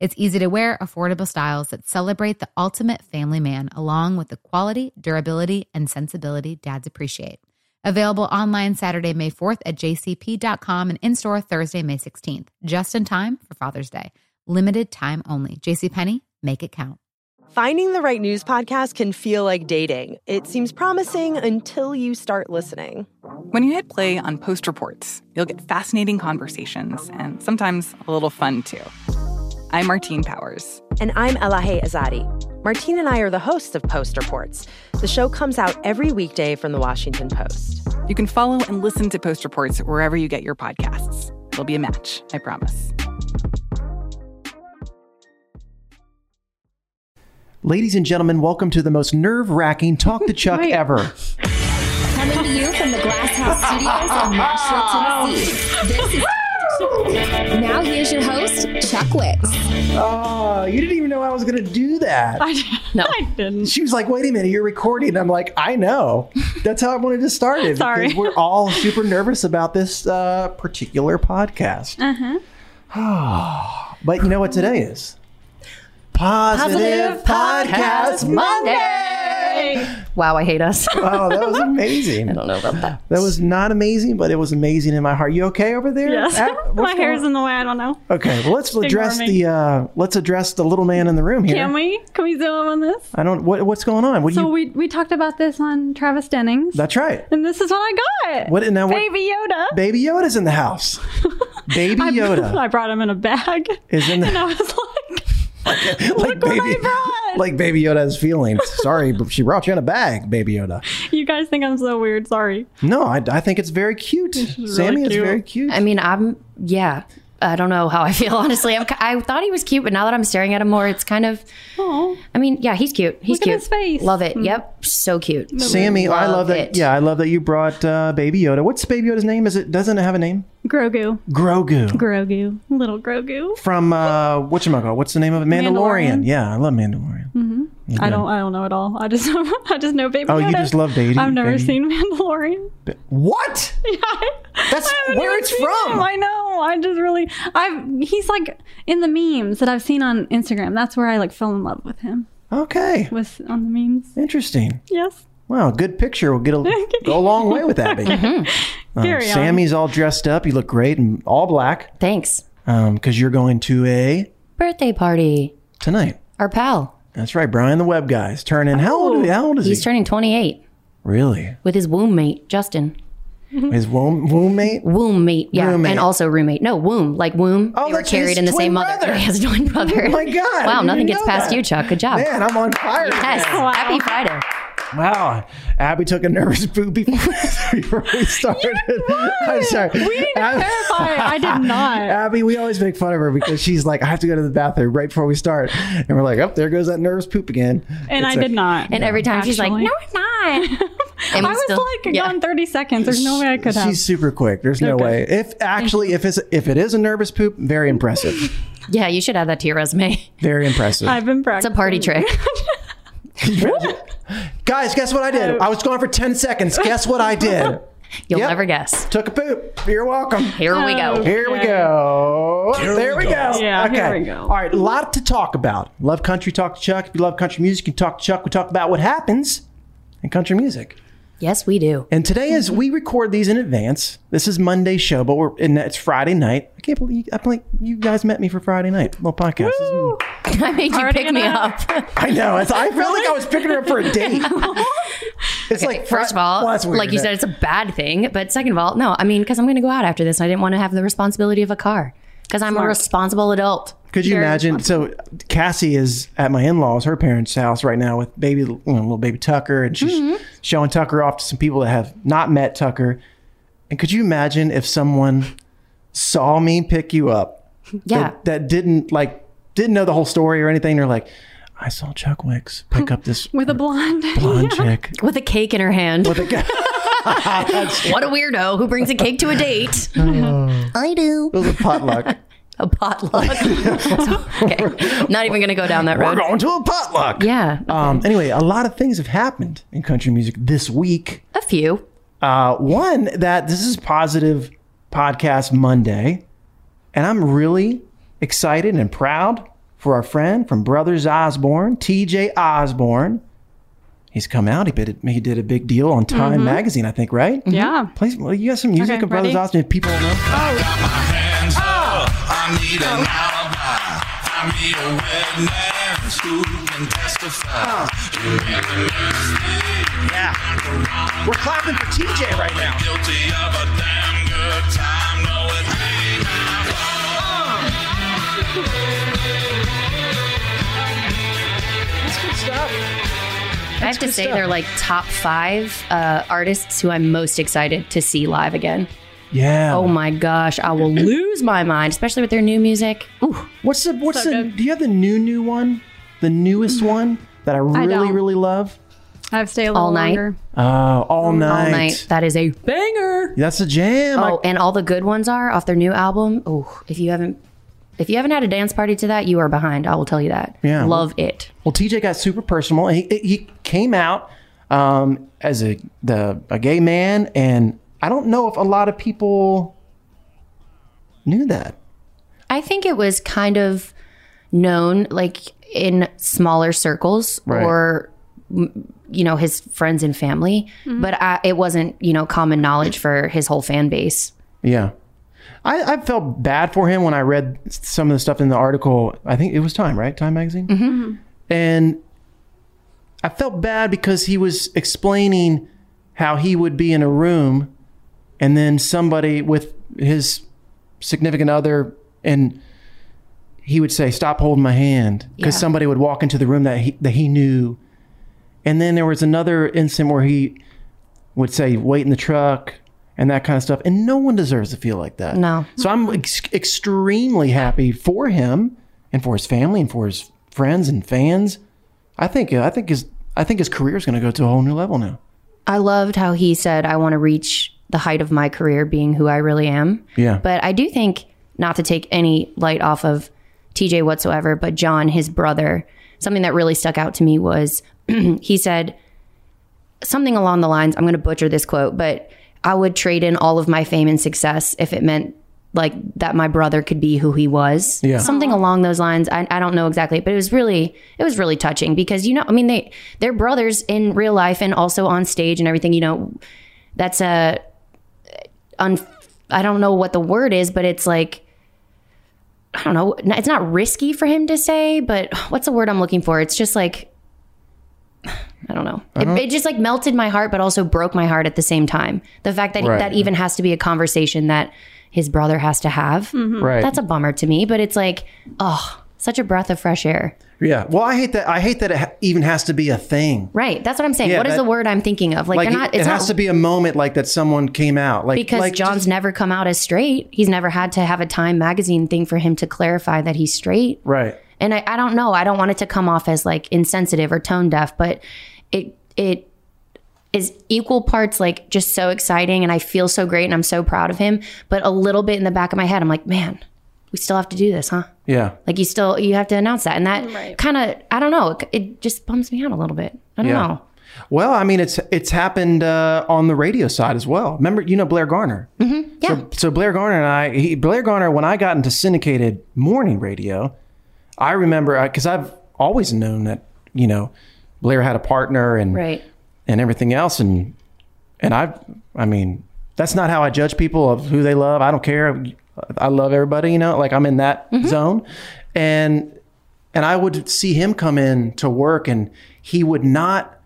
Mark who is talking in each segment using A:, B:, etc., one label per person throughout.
A: It's easy to wear, affordable styles that celebrate the ultimate family man, along with the quality, durability, and sensibility dads appreciate. Available online Saturday, May 4th at jcp.com and in store Thursday, May 16th, just in time for Father's Day. Limited time only. JCPenney, make it count.
B: Finding the right news podcast can feel like dating. It seems promising until you start listening.
C: When you hit play on post reports, you'll get fascinating conversations and sometimes a little fun too. I'm Martine Powers.
B: And I'm Elahe Azadi. Martine and I are the hosts of Post Reports. The show comes out every weekday from the Washington Post.
C: You can follow and listen to Post Reports wherever you get your podcasts. It'll be a match, I promise.
D: Ladies and gentlemen, welcome to the most nerve wracking Talk to Chuck ever.
E: Coming to you from the Glass House Studios in Nashville, Tennessee. This is now here's your host, Chuck Wicks.
D: Oh, you didn't even know I was going to do that.
F: I, no, I didn't.
D: She was like, "Wait a minute, you're recording." I'm like, "I know." That's how I wanted to start it.
F: Sorry,
D: we're all super nervous about this uh, particular podcast.
F: Uh-huh.
D: but you know what today is? Positive, Positive Podcast, Podcast Monday. Monday.
F: Wow, I hate us.
D: oh, that was amazing.
F: I don't know about that.
D: That was not amazing, but it was amazing in my heart. You okay over there?
F: Yes. At, my hair's on? in the way. I don't know.
D: Okay, well let's address the uh, let's address the little man in the room here.
F: Can we? Can we zoom on this?
D: I don't. What, what's going on? What
F: so
D: you...
F: we we talked about this on Travis Dennings.
D: That's right.
F: And this is what I got.
D: What now? What,
F: Baby Yoda.
D: Baby Yoda's in the house. Baby Yoda.
F: I, I, brought him in a bag.
D: Is in the.
F: And I was like. Okay. like baby,
D: Like Baby Yoda's feelings. Sorry, she brought you in a bag, Baby Yoda.
F: You guys think I'm so weird. Sorry.
D: No, I, I think it's very cute. It's Sammy really cute. is very cute.
G: I mean, I'm, yeah. I don't know how I feel, honestly. I'm, i thought he was cute, but now that I'm staring at him more, it's kind of.
F: Aww.
G: I mean, yeah, he's cute. He's
F: Look
G: cute.
F: his face. Hmm.
G: Love it. Mm. Yep. So cute.
D: Literally Sammy, love I love that. It. Yeah, I love that you brought uh, Baby Yoda. What's Baby Yoda's name? Is it doesn't it have a name?
F: Grogu.
D: Grogu.
F: Grogu. Little Grogu.
D: From uh, what you call? What's the name of it? Mandalorian. Mandalorian. Yeah, I love Mandalorian.
F: Mm-hmm. Yeah. I don't. I don't know at all. I just. I just know Baby.
D: Oh,
F: Yoda.
D: you just love Baby.
F: I've never
D: baby.
F: seen Mandalorian.
D: What?
F: Yeah.
D: That's where it's from.
F: Him. I know. I just really. I've. He's like in the memes that I've seen on Instagram. That's where I like fell in love with him.
D: Okay.
F: Was on the memes.
D: Interesting.
F: Yes.
D: Wow, good picture. We'll get a, go a long way with that. Baby. mm-hmm.
F: um,
D: Sammy's all dressed up. You look great and all black.
G: Thanks.
D: Because um, you're going to a
G: birthday party
D: tonight.
G: Our pal.
D: That's right, Brian the Web guy's turning. How old? How old is
G: he's
D: he?
G: He's turning 28.
D: Really?
G: With his womb mate, Justin.
D: His womb womb mate?
G: Womb mate, yeah. Roommate. And also roommate. No, womb, like womb.
D: Oh,
G: they were carried in the same
D: brother.
G: mother. Yeah, his twin brother.
D: Oh my God.
G: wow, nothing gets past that. you, Chuck. Good job.
D: Man, I'm on fire.
G: Yes. Wow. Happy Friday.
D: Wow. Abby took a nervous boo before we started.
F: I'm sorry. We didn't Abby, verify it. I did not.
D: Abby, we always make fun of her because she's like, I have to go to the bathroom right before we start. And we're like, oh, there goes that nervous poop again.
F: And it's I a, did not.
G: And no, every time actually. she's like, no, I'm not.
F: I was like gone 30 seconds. There's no way I could have.
D: She's super quick. There's no
F: Okay.
D: way. If actually, if it's if it is a nervous poop, very impressive.
G: Yeah, you should add that to your resume.
D: Very impressive.
F: been
G: It's a party trick.
D: Guys, guess what I did? I was gone for ten seconds. Guess what I did?
G: You'll never guess.
D: Took a poop. You're welcome.
G: Here we go.
D: Here we go.
G: Here
D: there
G: we
D: we
G: go.
D: go.
G: Yeah,
D: Okay.
G: here we go.
D: All right. A lot to talk about. Love country. Talk to Chuck. If you love country music, you can talk to Chuck. We talk about what happens in country music.
G: Yes, we do.
D: And today is we record these in advance. This is Monday's show, but we're and it's Friday night. I can't believe I'm like you guys met me for Friday night little podcast. This is-
G: I made you pick me up.
D: I know. It's, I felt like I was picking her up for a date. It's
G: like first of all,
D: Well, that's weird,
G: like you
D: eh?
G: said, it's a bad thing. But second of all, no, I mean, because I'm going to go out after this, and I didn't want to have the responsibility of a car because I'm a responsible adult.
D: Could you imagine? So Cassie is at my in-laws, her parents' house right now with baby, you know, little baby Tucker, and she's showing Tucker off to some people that have not met Tucker. And could you imagine if someone saw me pick you up?
G: Yeah.
D: That, that didn't like didn't know the whole story or anything. They're like, I saw Chuck Wicks pick up this
F: with a blonde
D: blonde chick.
G: with a cake in her hand? what a weirdo who brings a cake to a date. I do.
D: It was a potluck.
G: a potluck. So, okay, not even going to go down that
D: We're
G: road.
D: going to a potluck.
G: Yeah.
D: Um, anyway, a lot of things have happened in country music this week.
G: A few.
D: Uh, one that this is positive podcast Monday, and I'm really excited and proud for our friend from Brothers Osborne, TJ Osborne. He's come out. He did he did a big deal on Time
F: Mhm.
D: Magazine, I think, right?
F: Yeah.
D: Play some, well, you got some music
F: Okay,
D: of Brothers
F: ready?
D: Osborne. if People don't know.
H: I need an alibi. I need a witness who can testify. Yeah.
D: We're clapping for TJ right now.
H: Guilty of a damn good time. No, it ain't my fault.
D: That's good stuff.
G: I have to say they're like top five uh, artists who I'm most excited to see live again.
D: Yeah.
G: Oh my gosh, I will lose my mind, especially with their new music. Ooh.
D: What's the what's the do you have the new new one? The newest one that I really,
G: Mm-hmm. don't.
D: really love?
F: I've stayed a little
G: all night.
F: longer.
D: Oh, all night.
G: All night. That is a banger.
D: That's a jam.
G: Oh, and all the good ones are off their new album. Oh, if you haven't if you haven't had a dance party to that, you are behind. I will tell you that.
D: Yeah.
G: Love it.
D: Well, TJ got super personal. He he came out um, as a the a gay man, and I don't know if a lot of people knew that.
G: I think it was kind of known like in smaller circles
D: Right.
G: or m- you know his friends and family, but I, it wasn't you know common knowledge for his whole fan base.
D: Yeah. I, I felt bad for him when I read s- some of the stuff in the article. I think it was Time, right? Time magazine. Mm-hmm. And I felt bad because he was explaining how he would be in a room and then somebody with his significant other and he would say, "Stop holding my hand," because
I: Yeah.
D: somebody would walk into the room that he that he knew. And then there was another instant where he would say, "Wait in the truck." And that kind of stuff, and no one deserves to feel like that.
G: No.
D: So I'm ex- extremely happy for him, and for his family, and for his friends and fans. I think I think his I think his career is going to go to a whole new level now.
G: I loved how he said, "I want to reach the height of my career, being who I really am."
D: Yeah.
G: But I do think, not to take any light off of TJ whatsoever, but John, his brother, something that really stuck out to me was he said something along the lines I'm going to butcher this quote, but I would trade in all of my fame and success if it meant like that my brother could be who he was.
J: Yeah.
G: Something along those lines. I, I don't know exactly, but it was really it was really touching because you know, I mean they they're brothers in real life and also on stage and everything, you know. That's a un- I don't know what the word is, but it's like I don't know. It's not risky for him to say, but what's the word I'm looking for? It's just like I don't know.
D: I don't-
G: it, it just like melted my heart, but also broke my heart at the same time. The fact that
D: Right.
G: that even has to be a conversation that his brother has to have.
D: Right.
G: That's a bummer to me, but it's like, oh, such a breath of fresh air.
D: Yeah. Well, I hate that. I hate that it ha- even has to be a thing.
G: Right. That's what I'm saying.
D: Yeah,
G: what is
D: that-
G: the word I'm thinking of? Like,
D: Like,
G: they're not,
D: it,
G: it's
D: it
G: not
D: has to be a moment like that someone came out. Like
G: because
D: like,
G: John's never come out as straight. He's never had to have a Time magazine thing for him to clarify that he's straight.
D: right.
G: And I, I don't know. I don't want it to come off as like insensitive or tone deaf, but it it is equal parts like just so exciting and I feel so great and I'm so proud of him, but a little bit in the back of my head, I'm like, man, we still have to do this, huh?
D: Yeah.
G: Like you still you have to announce that, and that kind of I don't know. It, it just bums me out a little bit. I don't know.
D: Well, I mean, it's it's happened uh, on the radio side as well. Remember, you know Blair Garner.
G: Mm-hmm. Yeah.
D: So, so Blair Garner and I, he, Blair Garner, when I got into syndicated morning radio, I remember because I've always known that you know Blair had a partner and
G: Right.
D: and everything else, and and I, I mean, that's not how I judge people of who they love. I don't care. I love everybody, you know. Like I'm in that zone, and and I would see him come in to work, and he would not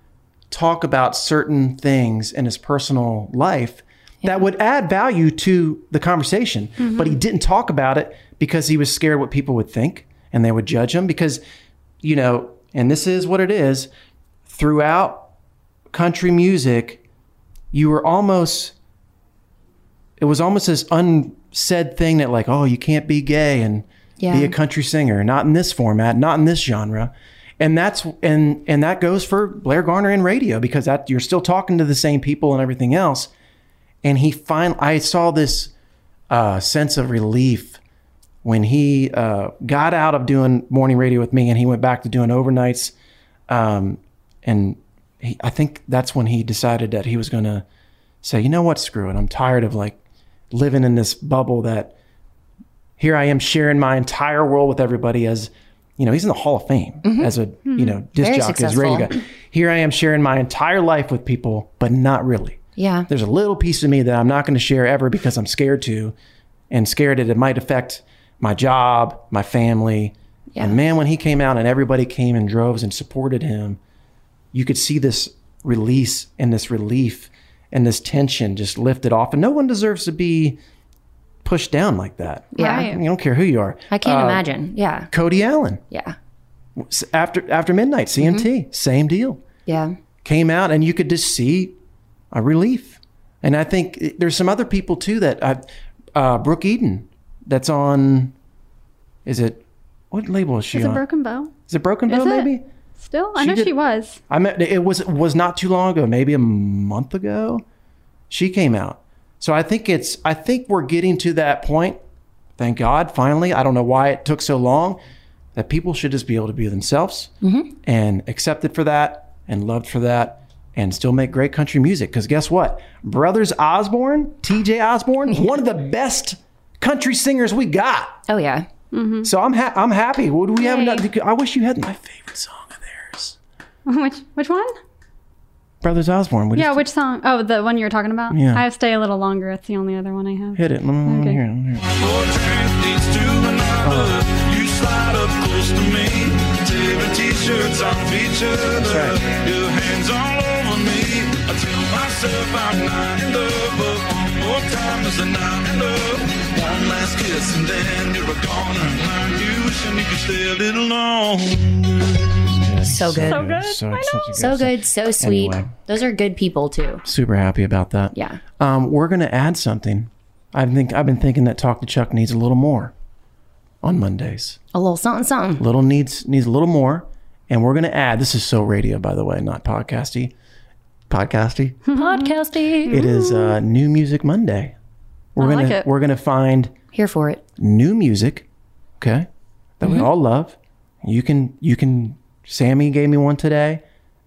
D: talk about certain things in his personal life that would add value to the conversation.
I: Mhm.
D: But he didn't talk about it because he was scared what people would think and they would judge him because, you know, and this is what it is throughout country music, you were almost, it was almost this unsaid thing that, like, oh, you can't be gay and
G: Yeah.
D: be a country singer, not in this format, not in this genre. And that's and and that goes for Blair Garner and radio because that you're still talking to the same people and everything else. And he finally, I saw this uh, sense of relief when he uh, got out of doing morning radio with me and he went back to doing overnights. Um, and he, I think that's when he decided that he was going to say, you know what, screw it. I'm tired of like living in this bubble that here I am sharing my entire world with everybody as, you know, he's in the Hall of Fame
I: Mhm.
D: as a, you know, disc
I: Very
D: jockey, as a radio
I: successful.
D: guy. Here I am sharing my entire life with people, but not really.
G: Yeah.
D: There's a little piece of me that I'm not going to share ever because I'm scared to, and scared that it might affect my job, my family. And man, when he came out and everybody came in droves and supported him, you could see this release and this relief and this tension just lifted off. And no one deserves to be pushed down like that.
G: Yeah.
D: I don't care who you are.
G: I can't
D: Uh,
G: imagine. Yeah.
D: Cody Allen,
G: Yeah.
D: s- after after midnight, CMT, same deal
G: Yeah.
D: came out and you could just see a relief. And I think it- there's some other people too that I, uh, Brooke Eden, that's on, is it, what label is she
F: Is
D: on?
F: it Broken Bow?
D: is it Broken Bow
F: Is it?
D: maybe?
F: Still? I
D: She
F: know
D: did-
F: she was.
D: I met, it was, was not too long ago, maybe a month ago. She came out. So I think it's, I think we're getting to that point. Thank God, finally. I don't know why it took so long that people should just be able to be themselves
G: Mm-hmm.
D: and accepted for that and loved for that and still make great country music. Because guess what? Brothers Osborne, TJ Osborne, one of the best country singers we got.
G: Oh yeah.
D: So I'm ha- I'm happy. Would we have another? I wish you had my favorite song of theirs,
F: Which which one?
D: Brothers Osborne. We
F: yeah, which song? Oh, the one you were talking about.
D: Yeah.
F: I have stay a little longer. It's the only other one I have.
D: just hit it. Let me- let me
F: Okay.
D: hear it, let me hear it.
H: These two another, you slide up close to me. Tear the t-shirts off each other. Your hands all over me. I tell myself I'm not in love, but one more time is a not in love. One last kiss and then you're a goner. Mind you, should you could stay a little long.
G: So good.
H: So good.
D: So, it's such a
G: So
D: song.
G: good. So sweet.
D: Anyway.
G: Those are good people too.
D: Super happy about that.
G: Yeah.
D: Um, we're gonna add something. I think I've been thinking that Talk to Chuck needs a little more on Mondays.
G: A little something, something.
D: Little needs needs a little more, and we're gonna add. This is so radio, by the way, not podcasty. Podcasty.
G: Podcasting.
D: It is uh, New Music Monday. We're
G: I
D: gonna
G: like it.
D: we're gonna find
G: Here for it.
D: new music, okay, that we
G: Mhm.
D: all love. You can you can. Sammy gave me one today.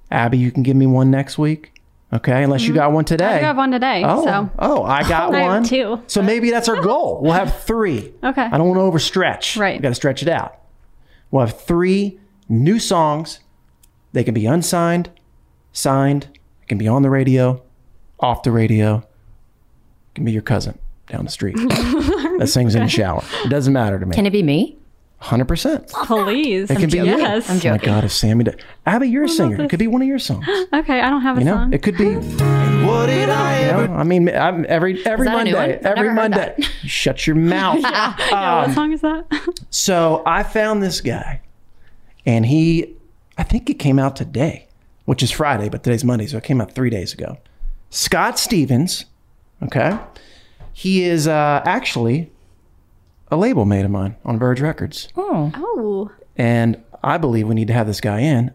D: Abby, you can give me one next week. Okay, unless you got one today.
F: I do have one today.
D: Oh,
F: so
D: oh, I got
F: I have
D: one.
F: two.
D: So maybe that's our goal. We'll have three.
F: Okay.
D: I don't want to overstretch. Right. We got to stretch it out. We'll have three new songs. They can be unsigned, signed. It can be on the radio, off the radio. It can be your cousin down the street that sings in the shower. It doesn't matter to me.
G: Can it be me?
D: Hundred percent.
F: Please.
D: It can be you.
F: yes.
D: Oh my God, if Sammy, did- Abby, you're a singer. It could be one of your songs.
F: Okay, I don't have a
D: You know,
F: song.
D: it could be. What did I ever? I mean, I'm, every every
F: that a
D: Monday,
F: new one? I've
D: every
F: never heard
D: Monday. You shut your mouth.
F: yeah. yeah,
D: Um,
F: what song is that?
D: So I found this guy, and he, I think it came out today, which is Friday, but today's Monday, so it came out three days ago. Scott Stevens, okay, he is uh, actually a label mate of mine on Verge Records,
G: Oh.
F: Oh.
D: and I believe we need to have this guy in.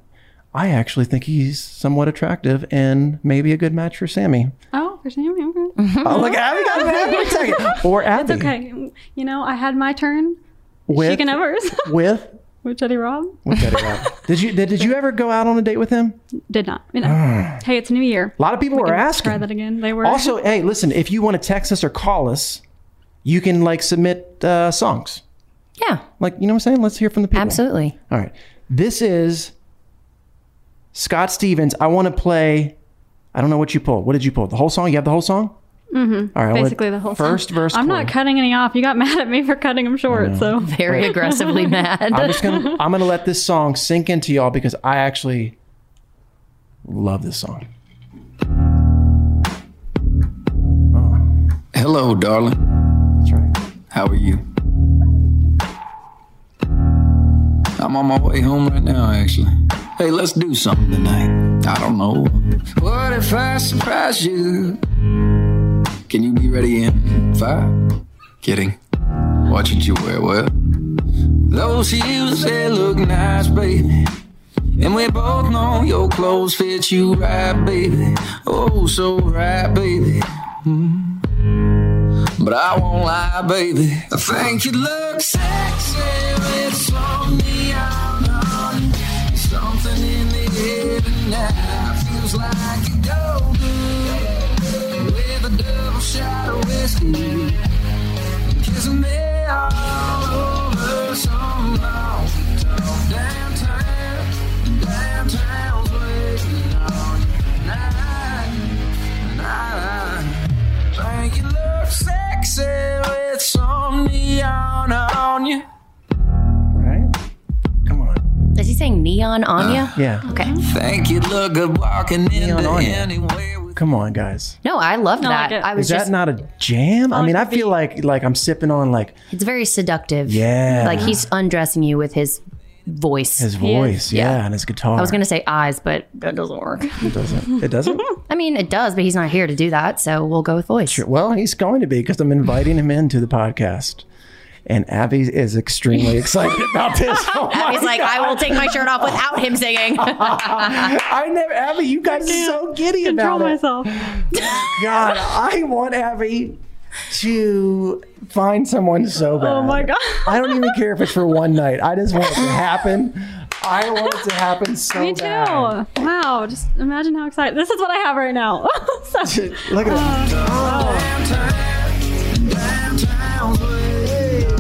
D: I actually think he's somewhat attractive and maybe a good match for Sammy.
F: Oh, for Sam. Oh,
D: look, Abby got mad for a second. Or Abby.
F: It's okay. You know, I had my turn.
D: With-
F: She can others.
D: With
F: With Teddy Rob?
D: what did it out. Did you did, did you ever go out on a date with him?
F: Did not. You know.
D: Ah.
F: Hey, it's New Year.
D: A lot of people
F: we
D: were
F: can
D: asking.
F: Try that again. They were
D: Also, hey, listen, if you want to text us or call us, you can like submit uh, songs.
G: Yeah.
D: Like, you know what I'm saying? Let's hear from the people.
G: Absolutely.
D: All right. This is Scott Stevens. I want to play. I don't know what you pulled. What did you pull? The whole song? You have the whole song?
F: Mhm.
D: All right, well,
F: Basically, the whole song.
D: first verse,
F: I'm not
D: Chloe.
F: cutting any off. You got mad at me for cutting them short, so
G: very aggressively mad.
D: I'm just gonna I'm gonna let this song sink into y'all because I actually love this song.
I: Hello, darling.
D: That's right.
I: How are you? I'm on my way home right now, actually. Hey, let's do something tonight. I don't know. What if I surprise you? Can you be ready in five? Kidding. Watch what you wear, well. Those heels, they look nice, baby. And we both know your clothes fit you right, baby. Oh, so right, baby. Mm. But I won't lie, baby. I think you look sexy with some neon on. Something in the air tonight feels like you go good with a double shot of whiskey. Kissing me all over some long downtown, downtown's waiting on you. Night, night. Think you look sexy with some neon on you.
G: Is he saying neon on you?
D: Yeah.
G: Okay.
I: Uh, Think you look good walking
D: Neon
I: into
D: on you.
I: any
D: Come on, guys.
G: No, I Oh, love that. I was
D: Is that
G: just
D: not a jam? I mean, I feel like like I'm sipping on like
G: it's very seductive.
D: Yeah.
G: Like he's undressing you with his voice.
D: his voice, yeah, and his guitar.
G: I was gonna say eyes, but that doesn't work.
D: It doesn't. It doesn't.
G: I mean, it does, but he's not here to do that, so we'll go with voice.
D: Sure. Well, he's going to be because I'm inviting him into the podcast, and Abby is extremely excited about this. Oh
G: Abby's like, I will take my shirt off without him singing.
D: I never, Abby, you guys are so giddy
G: control
D: about it. myself. God, I want Abby to find someone so bad. Oh my
F: God.
D: I don't even care if it's for one night. I just want it to happen. I want it to happen so
F: Me too.
D: bad.
F: Wow. Just imagine how excited. This is what I have right now. So-
D: Look at that.
I: Downtown's waiting.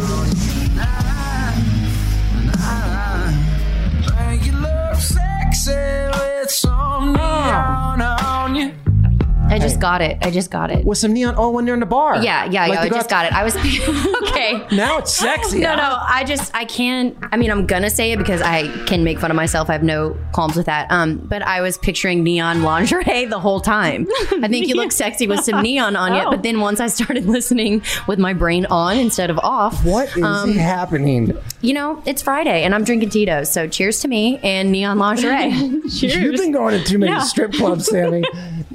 I: Think you look sexy with some
G: Oh.
I: neon on you.
G: I just got it. I just got it.
D: With some neon. Oh, when you're in the bar.
G: Yeah, yeah,
D: Like
G: yeah.
D: you
G: I
D: got-
G: just got it. I was okay.
D: Now it's sexy.
G: No, no.
D: huh?
G: I just I can't. I mean, I'm gonna say it because I can make fun of myself. I have no qualms with that. Um, but I was picturing neon lingerie the whole time. I think you look sexy with some neon on you.
F: Oh.
G: But then once I started listening with my brain on instead of off,
D: What is
G: um,
D: happening?
G: You know, it's Friday and I'm drinking Tito's. So cheers to me and neon lingerie.
D: You've been going to too many
G: Yeah.
D: strip clubs, Sammy.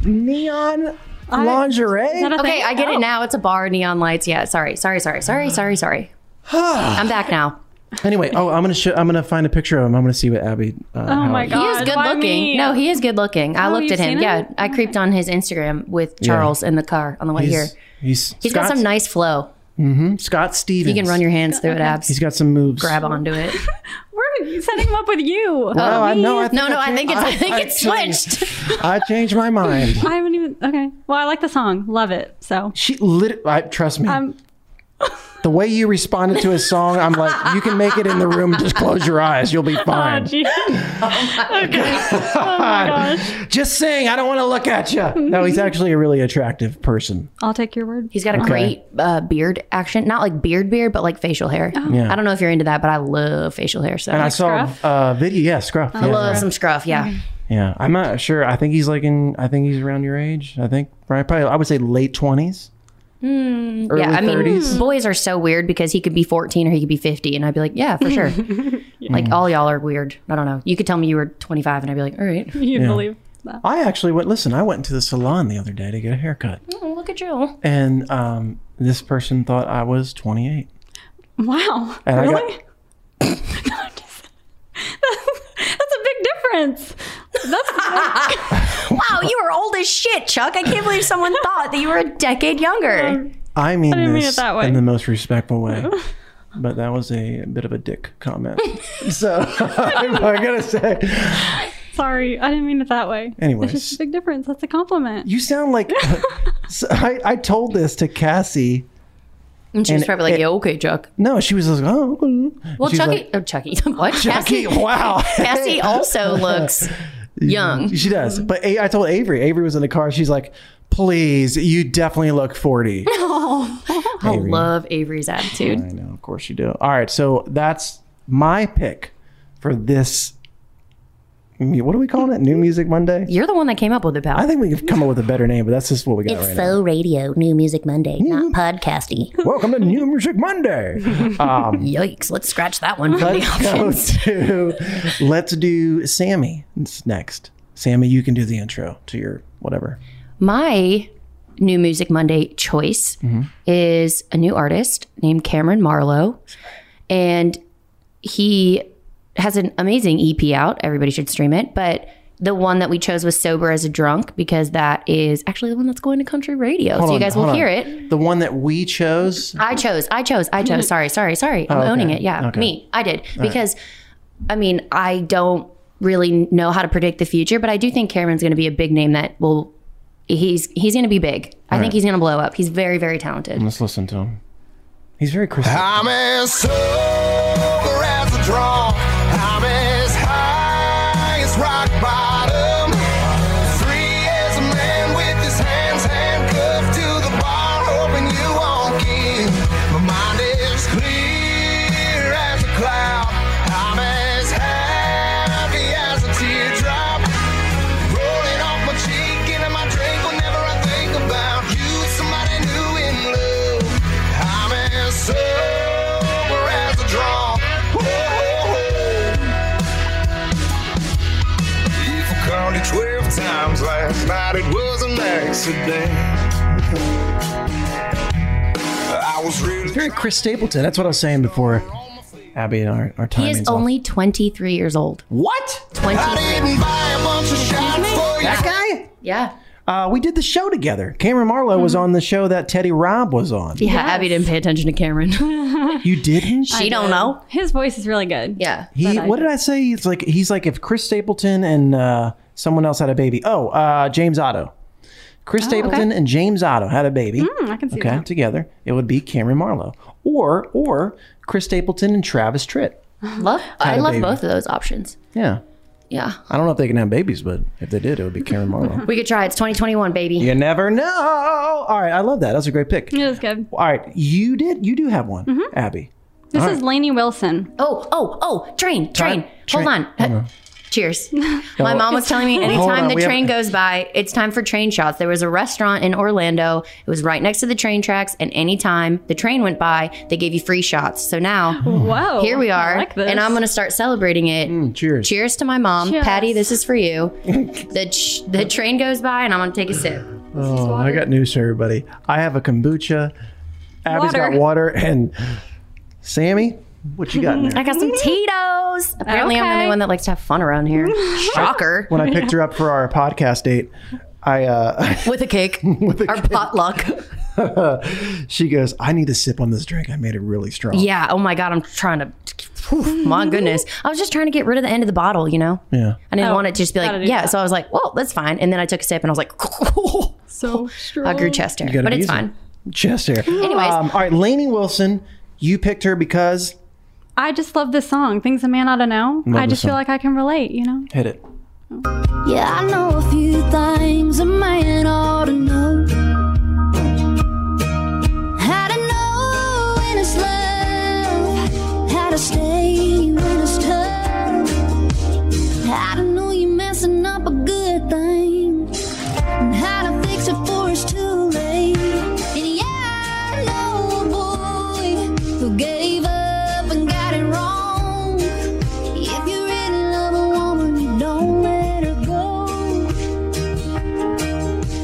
D: neon lingerie.
G: Okay, I Oh. get it now. It's a bar, neon lights. Yeah, sorry, sorry, sorry, sorry, sorry, sorry. I'm back now.
D: Anyway, oh, I'm gonna show, I'm gonna find a picture of him. I'm gonna see what Abby. Uh, how-
G: He is
F: God,
G: good
F: why
G: looking.
F: me?
G: No, he is good looking. I
F: Oh,
G: looked
F: you've
G: at him.
F: seen
G: Yeah,
F: him?
G: I creeped on his Instagram with
D: Yeah.
G: Charles in the car on the way
D: He's-
G: here.
D: He's
G: He's got some nice flow.
D: Mm-hmm. Scott Stevens.
G: You can run your hands through it, abs.
D: He's got some moves.
G: Grab onto it.
F: We're setting him up with you.
D: Well, Oh, I know. I think
G: no, no, I think it's I,
D: I-
G: think
D: I
G: it's
D: changed.
G: switched.
D: I changed my mind.
F: I haven't even. Okay. Well, I like the song. Love it. So.
D: She lit. I, trust me.
F: Um,
D: the way you responded to his song, I'm like, you can make it in the room. Just close your eyes. You'll
G: Oh,
D: be fine.
F: gee.
D: Just sing. I don't want to look at you.
G: Mm-hmm.
D: No, he's actually a really attractive person.
G: I'll take your word. He's got a
D: Okay.
G: great uh, beard action. Not like beard beard, but like facial hair.
D: Yeah.
G: I don't know if you're into that, but I love facial hair. So
D: And I saw a video. Yeah, scruff.
G: I
D: yeah,
G: love
D: yeah.
G: some scruff. Yeah.
D: Yeah, I'm not sure. I think he's like in. I think he's around your age. I think right, probably. I would say late twenties.
G: Mm,
D: Early
G: yeah, I mean,
D: 30s.
G: boys are so weird because he could be 14 or he could be 50, and I'd be like, yeah, for sure. Like all y'all are weird. I don't know. You could tell me you were 25, and I'd be like, all right.
F: You'd
D: Yeah.
F: believe that.
D: I actually went. Listen, I went into the salon the other day to get a haircut,
G: Oh, look at you.
D: and um, this person thought I was 28.
F: Wow.
D: And I got-
F: really? That's a big difference.
G: wow, you are old as shit, Chuck. I can't believe someone thought that you were a decade younger.
D: I mean
G: I didn't mean
D: this
G: it that way.
D: in the most respectful way. But that was a bit of a dick comment. so I'm gonna say
F: Sorry, I didn't mean it that way.
D: Anyways.
F: it's just a big difference. That's a compliment.
D: you sound like so I, I told this to Cassie.
G: And she was probably like, "Yeah, okay, Chuck."
D: No, she was like, "Oh." okay."
G: Well,
D: She was
G: Chucky,
D: like-
G: oh, Chucky, what?
D: Chucky, wow.
G: Cassie also looks young.
D: She does. But A- I told Avery. Avery was in the car. She's like, "Please, you definitely look 40."
G: I
D: Avery.
G: love Avery's attitude.
D: I know, of course you do. All right, so that's my pick for this. mu- What are we calling it? New Music Monday.
G: You're the one that came up with it, pal.
D: I think we could come up with a better name, but that's just what we got right now.
G: radio, New Music Monday, not podcasty.
D: Welcome to New Music Monday. Um,
G: Yikes! Let's scratch that one from the
D: let's go
G: options.
D: to let's do Sammy It's next. Sammy, you can do the intro to your whatever.
G: My New Music Monday choice
D: Mm-hmm.
G: is a new artist named Cameron Marlowe. And he has an amazing EP out. Everybody should stream it. But the one that we chose was Sober as a Drunk because that is actually the one that's going to country radio.
D: Hold on,
G: so you guys
D: hold
G: will
D: on.
G: hear it.
D: The one that we chose.
G: I chose. I chose. I chose. Sorry, sorry, sorry. I'm
D: Oh, okay.
G: owning it. Yeah,
D: Okay.
G: me. I did
D: right.
G: because, I mean, I don't really know how to predict the future, but I do think Cameron's going to be a big name that will. He's he's going to be big. I
D: All
G: think
D: right.
G: he's going to blow up. He's very very talented.
D: Let's listen to him. He's very crisp.
H: I'm as sober as a drunk. I'm as high as rock bottom. Free as a man with his hands handcuffed to the bar, hoping you won't give. My mind is clear as a cloud. I'm as happy as a teardrop. Rolling off my cheek into my drink whenever I think about you, somebody new in love. I'm as sober as a drum. If I called you 12 times last night, it was an accident. I was really.
D: Very Chris Stapleton. That's what I was saying before. Abby and our, our time
G: He is only 23 years old.
D: What?
G: 23.
D: That guy?
G: Yeah. Mm-hmm.
D: Uh, we did the show together. Cameron Marlowe was on the show that Teddy Robb was on.
G: Yeah, Abby didn't pay attention to Cameron.
D: You didn't?
F: I did. His voice is really good.
G: Yeah.
D: He what did I say? It's like he's like if Chris Stapleton and uh, someone else had a baby. Oh, uh, James Otto. Chris Stapleton and James Otto had a baby.
F: I can see
D: okay,
F: that.
D: together it would be Cameron Marlowe or or Chris Stapleton and Travis Tritt.
G: Love. I
D: Had a
G: love
D: baby.
G: both of those options.
D: Yeah,
G: Yeah.
D: I don't know if they can have babies, but if they did, it would be Cameron Marlowe.
G: We could try. It's 2021, baby.
D: you never know. All right, I love that. That's a great pick.
F: It was good.
D: All right, you did you do have one, Abby.
F: This
D: All
F: is Lainey Wilson.
G: Mm-hmm. Oh, oh, oh, train, train. Hold on. Cheers. My mom was telling me
F: Hold
G: anytime
D: on,
G: the
D: we have-
G: train goes by, it's time for train shots. There was a restaurant in Orlando. It was right next to the train tracks, and anytime the train went by, they gave you free shots. So now,
F: Whoa,
G: here we
F: I
G: are,
F: like this.
G: and I'm going to start celebrating it.
D: cheers.
G: Cheers to my mom,
F: Cheers.
G: Patty. This is for you. the ch- The train goes by, and I'm going to take a sip.
D: Oh, I got news for everybody. I have a kombucha. Abby's got
G: Water.
D: water, and Sammy, what you got in there?
G: I got some Tito's. Apparently, I'm the only
F: Okay.
G: one that likes to have fun around here. Shocker.
D: When I picked her up for our podcast date, I uh,
G: with a cake, our potluck.
D: she goes, "I need to sip on this drink. I made it really strong."
G: Yeah. Oh my God. I'm trying to. Whew, my goodness. I was just trying to get rid of the end of the bottle, you know?
D: Yeah.
G: I didn't
F: Oh,
G: want it to just be
F: gotta
G: like,
F: do
G: yeah.
F: that.
G: So I was like, well, that's fine. And then I took a sip and I was like,
F: So strong.
G: I grew chest hair,
D: You gotta
G: but it's
D: use it.
G: fine.
D: Chest hair.
G: Anyways.
D: um, all right, Lainey Wilson, you picked her because
F: I just love this song. Things a man ought to know.
D: Love
F: I
D: this
F: just feel
D: song.
F: like I can relate. You know.
D: hit it.
E: Yeah, I know a few things a man ought to know. How to know when it's love, how to stay when it's tough, how to know you're messing up a good thing, and how to fix it before it's too late. And yeah, I know a boy who gave up and got it wrong. If you're in love with a woman, you don't let her go.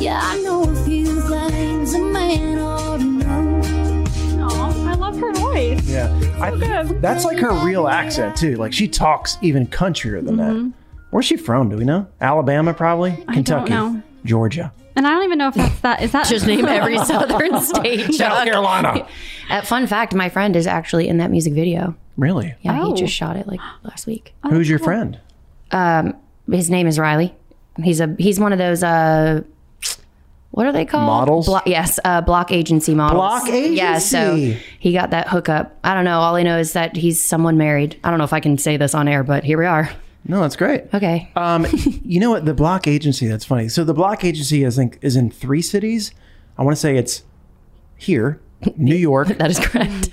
E: Yeah, I know a few things a man ought to know.
F: Oh, I love her voice.
D: Yeah, I, that's like her real accent too. Like she talks even countrier than that. Where's she from? Do we know? Alabama, probably.
F: I don't
D: Kentucky,
F: know.
D: Georgia.
F: And I don't even know if that's that. Is that
G: Just name every southern state.
D: South Carolina.
G: Uh, fun fact: my friend is actually in that music video.
D: Really?
G: Yeah,
D: Oh.
G: he just shot it like last week.
D: Who's your friend?
G: Um, his name is Riley. He's a he's one of those uh, what are they called?
D: Models?
G: Blo- yes, uh, block agency models.
D: Block
G: Yeah. So
D: agency.
G: he got that hookup. I don't know. All I know is that he's someone married. I don't know if I can say this on air, but here we are.
D: No, that's great.
G: Okay.
D: Um, you know what? The block agency. That's funny. So the block agency, I think, is in three cities. I want to say it's here, New York.
G: that is correct.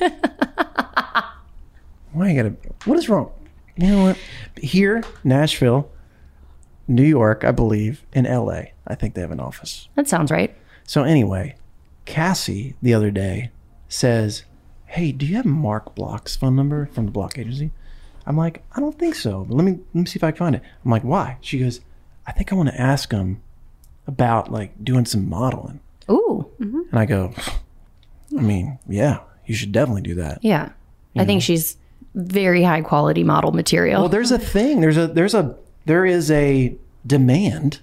D: Why you gotta? What is wrong? You know what? Here, Nashville, New York, I believe, and L.A. I think they have an office.
G: That sounds right.
D: So anyway, Cassie the other day says, "Hey, do you have Mark Block's phone number from the Block agency?" I'm like, "I don't think so. But let me let me see if I can find it." I'm like, "Why?" She goes, "I think I want to ask him about like doing some modeling."
G: Ooh.
D: And I go, "I mean, yeah, you should definitely do that."
G: Yeah. I think she's very high quality model material.
D: Well, there's a thing. There's a there's a there is a demand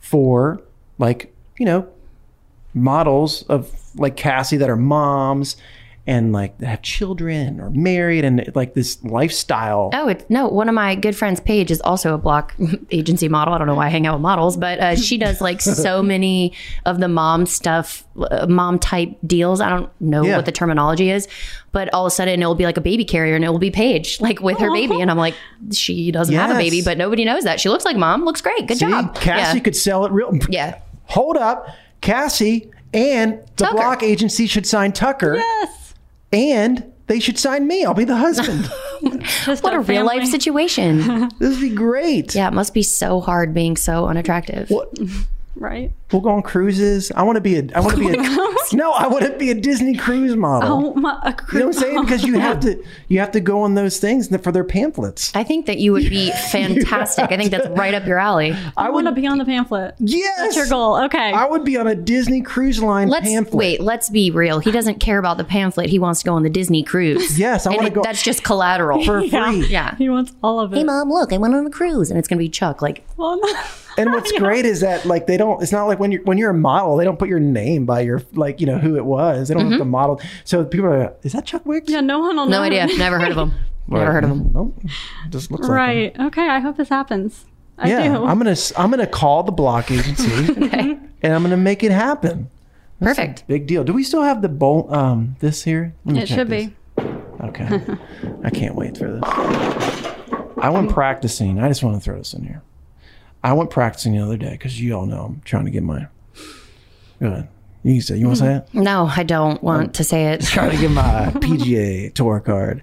D: for like you know models of like Cassie that are moms and like that have children or married and like this lifestyle.
G: Oh, it's no. One of my good friends, Paige, is also a block agency model. I don't know why I hang out with models, but uh, she does like so many of the mom stuff, uh, mom type deals. I don't know
D: Yeah.
G: what the terminology is, but all of a sudden it will be like a baby carrier and it will be Paige, like with her baby. And I'm like, she doesn't have a
D: Yes.
G: baby, but nobody knows that. She looks like mom, looks great. Good
D: See?
G: job.
D: Cassie
G: yeah.
D: could sell it real.
G: Yeah.
D: Hold up, Cassie and the block agency should sign Tucker. Yes. And they should sign me. I'll be the husband.
G: what a real life situation.
D: this would be great.
G: Yeah, it must be so hard being so unattractive.
F: Right.
D: We'll go on cruises. I want to be a. I want to be a. no, I want to be a Disney cruise model.
F: Oh my! a
D: You know what I'm saying? Because you have to you have to go on those things for their pamphlets.
G: I think that you would be fantastic. I think that's right up your alley.
F: I want to be on the pamphlet.
D: Yes,
F: that's your goal. Okay,
D: I would be on a Disney cruise line
G: Let's
D: pamphlet.
G: wait. Let's be real. He doesn't care about the pamphlet. He wants to go on the Disney cruise.
D: Yes, I
G: And
D: wanna
G: it-
D: go-
G: That's just collateral
D: For Yeah. free.
G: Yeah,
F: he wants all of it.
G: Hey, mom, look, I went on a cruise, and it's gonna be Chuck. Like,
F: Well,
D: And what's great is that like they don't. It's not like when you're when you're a model, they don't put your name by your like you know who it was. They don't have the model. So people are like, is that Chuck Wicks?
F: yeah, Oh, no one will know.
G: no idea. Never heard of him. Never heard of him.
D: Nope. Just looks like him.
F: Right. Okay. I hope this happens. I
D: yeah,
F: do.
D: I'm gonna s- I'm gonna call the block agency and I'm gonna make it happen. That's a
G: Perfect.
D: big deal. Do we still have the bowl? Um, this here. Let me
F: it
D: check
F: should
D: this.
F: be.
D: Okay. I can't wait for this. I went practicing. I just want to throw this in here. I went practicing the other day because you all know I'm trying to get my. Good. You can say. You want to say it?
G: No, I don't want to say it.
D: Trying to get my PGA tour card,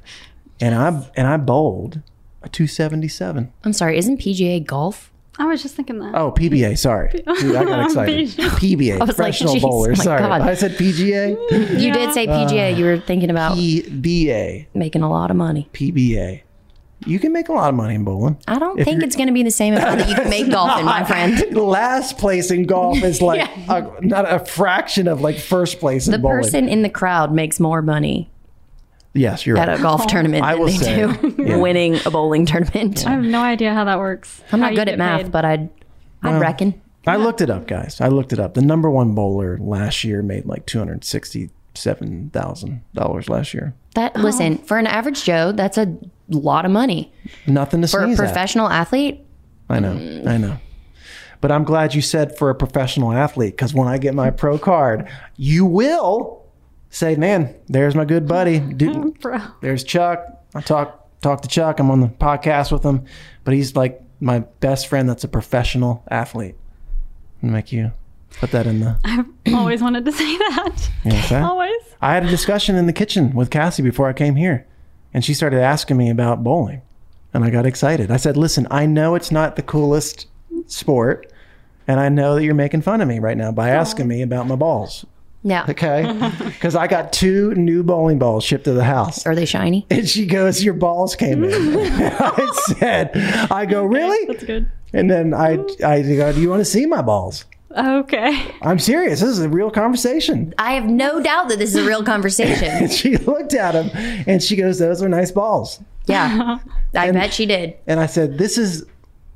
D: and I and I bowled a 277.
G: I'm sorry. Isn't PGA golf?
F: I was just thinking
G: Uh,
F: that.
D: Oh, PBA. Sorry, Dude, I got excited. PBA,
G: I was like,
D: professional
G: "Jeez, oh
D: bowler.
G: my
D: sorry,
G: God."
D: I said PGA.
G: You did say
D: Uh,
G: PGA. you were thinking about
D: PBA,
G: making a lot of money.
D: PBA. You can make a lot of money in bowling.
G: I don't
D: If
G: think
D: you're-
G: it's gonna be the same amount that you can make golf in, my friend.
D: Last place in golf is like a, not a fraction of like first place in
G: The
D: bowling.
G: person in the crowd makes more money
D: yes, you're
G: at
D: right.
G: a
F: Oh.
G: golf tournament
D: I
G: than
D: will
G: they
D: say,
G: do
D: yeah.
G: winning a bowling tournament.
F: I have no idea how that works.
G: I'm
F: How
G: not
F: you
G: good at
F: get
G: math,
F: paid.
G: but I'd, I'd
D: Well,
G: reckon.
D: I looked it up, guys. I looked it up. The number one bowler last year made like two hundred sixty-seven thousand dollars last year.
G: That listen for an average Joe, that's a lot of money
D: Nothing to
G: for a
D: sneeze at.
G: professional athlete.
D: I know, I know. But I'm glad you said for a professional athlete because when I get my pro card, you will say, "Man, there's my good buddy. Dude,
F: Bro.
D: there's Chuck. I talk talk to Chuck. I'm on the podcast with him, but he's like my best friend. That's a professional athlete. I'm gonna make you put that in the.
F: I've always wanted to say that.
D: You know what I'm saying?
F: Always.
D: I had a discussion in the kitchen with Cassie before I came here, and she started asking me about bowling, and I got excited. I said, "Listen, I know it's not the coolest sport, and I know that you're making fun of me right now by asking me about my balls,
G: Yeah.
D: okay? Because I got two new bowling balls shipped to the house."
G: Are they shiny?
D: And she goes, "Your balls came in." I said, "I go really?" That's
F: good.
D: And then I, I go, "Do you want to see my balls?"
F: Okay.
D: I'm serious. This is a real conversation.
G: I have no doubt that this is a real conversation.
D: And she looked at him and she goes, Those are nice balls.
G: yeah, I bet she did.
D: And I said, This is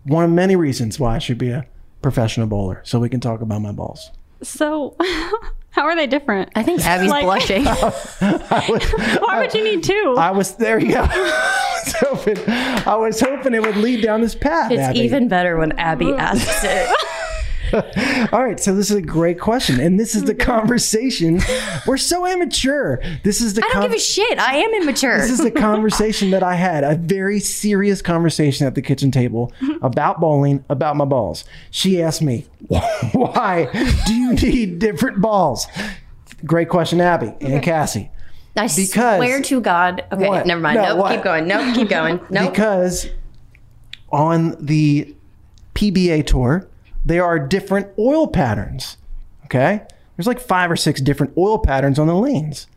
D: one of many reasons why I should be a professional bowler. So we can talk about my balls.
F: So, how are they different?
G: I think Abby's blushing.
F: Why would you need two?
D: I was there. You go. I was hoping, I was hoping it would lead down this path.
G: It's
D: Abby.
G: even better when Abby asks it.
D: All right, so this is a great question, and this is the conversation. We're so immature. This is the.
G: I don't give a shit. I am immature.
D: This is the conversation that I had, a very serious conversation at the kitchen table about bowling, about my balls. She asked me, "Why do you need different balls?" Great question, Abby and Cassie.
G: I swear to God. Okay,
D: What?
G: never mind.
D: No,
G: nope,
D: what?
G: keep going. Nope, keep going. Nope.
D: Because on the PBA tour, there are different oil patterns. Okay? There's like five or six different oil patterns on the lanes.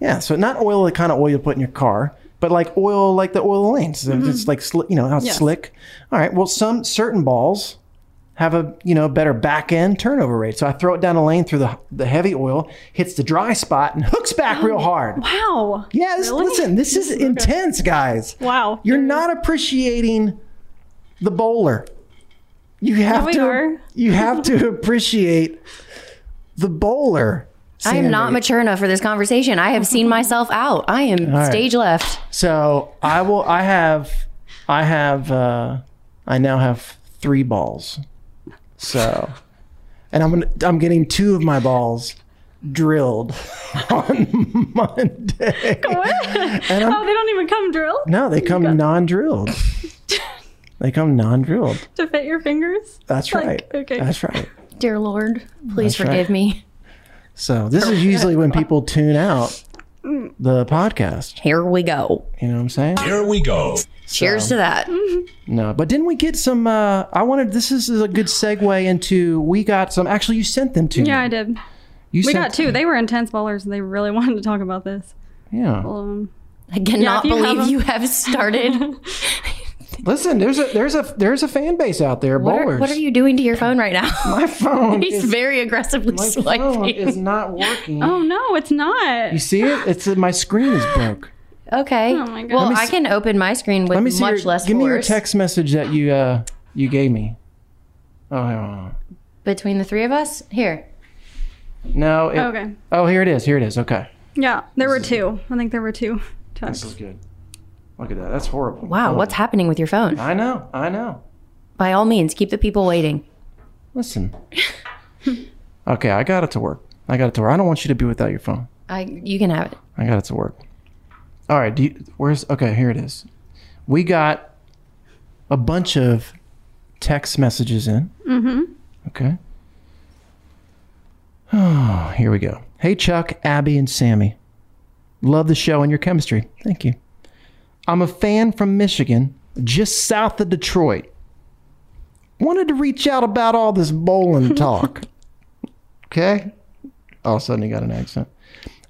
D: Yeah, so not oil, the kind of oil you put in your car, but like oil, like the oil lanes. So It's like, sli- you know, how it's
F: Yes.
D: slick. All right, well, some certain balls have a, you know, better back end turnover rate. So I throw it down a lane through the, the heavy oil, hits the dry spot, and hooks back real hard.
F: Wow.
D: Yeah, this, listen, this is intense, guys.
F: Wow.
D: You're not appreciating the bowler. You have
F: we
D: to
F: are.
D: you have to appreciate the bowler.
G: I am not
D: Sandy.
G: mature enough for this conversation. I have seen myself out. I am
D: All right.
G: stage left.
D: So I will I have I have uh I now have three balls. So and I'm gonna, I'm getting two of my balls drilled on Monday. And I'm-
F: oh, they don't even come drilled
D: No, they come non-drilled. they come non-drilled.
F: to fit your fingers.
D: That's
F: Like,
D: right.
F: okay.
D: That's right.
G: Dear Lord, please
D: That's right.
G: forgive me.
D: So this is usually when people tune out
G: Mm.
D: the podcast.
G: Here we go.
D: You know what I'm saying?
H: Here we go.
G: Cheers to that.
D: No, but didn't we get some? Uh, I wanted this is a good segue into we got some. Actually, you sent them to
F: Yeah,
D: me.
F: I did.
D: You
F: we
D: sent-
F: got two. They were intense bowlers, and they really wanted to talk about this.
D: Yeah.
F: Um,
G: I cannot believe you have started.
D: Listen, there's a there's a there's a fan base out there.
G: What
D: bowlers.
G: are, what are you doing to your phone right now?
D: My phone. is-
G: He's very aggressively
D: my
G: swiping.
D: phone is not working.
F: oh no, it's not.
D: You see it? It's my screen is broke.
G: Okay.
F: Oh my God.
G: Well,
D: Let me
G: I
D: see-
G: can open my screen with
D: Let me see.
G: much
D: your-
G: less
D: give me your
G: force.
D: text message that you uh you gave me. Oh, hang on.
G: Between the three of us, here.
D: no. It,
F: Okay.
D: Oh, here it is. Here it is. Okay.
F: Yeah, there were two. I think there were two.
D: This is good. Look at that. That's horrible.
G: Wow,
D: Oh.
G: what's happening with your phone?
D: I know. I know.
G: By all means, keep the people waiting.
D: Listen. okay, I got it to work. I got it to work. I don't want you to be without your phone.
G: I you can have it.
D: I got it to work. All right. Do you, where's okay? Here it is. We got a bunch of text messages in.
F: Mm-hmm.
D: Okay. Oh, here we go. Hey, Chuck, Abby, and Sammy. Love the show and your chemistry. Thank you. I'm a fan from Michigan, just south of Detroit. Wanted to reach out about all this bowling talk. okay. All of a sudden, he got an accent.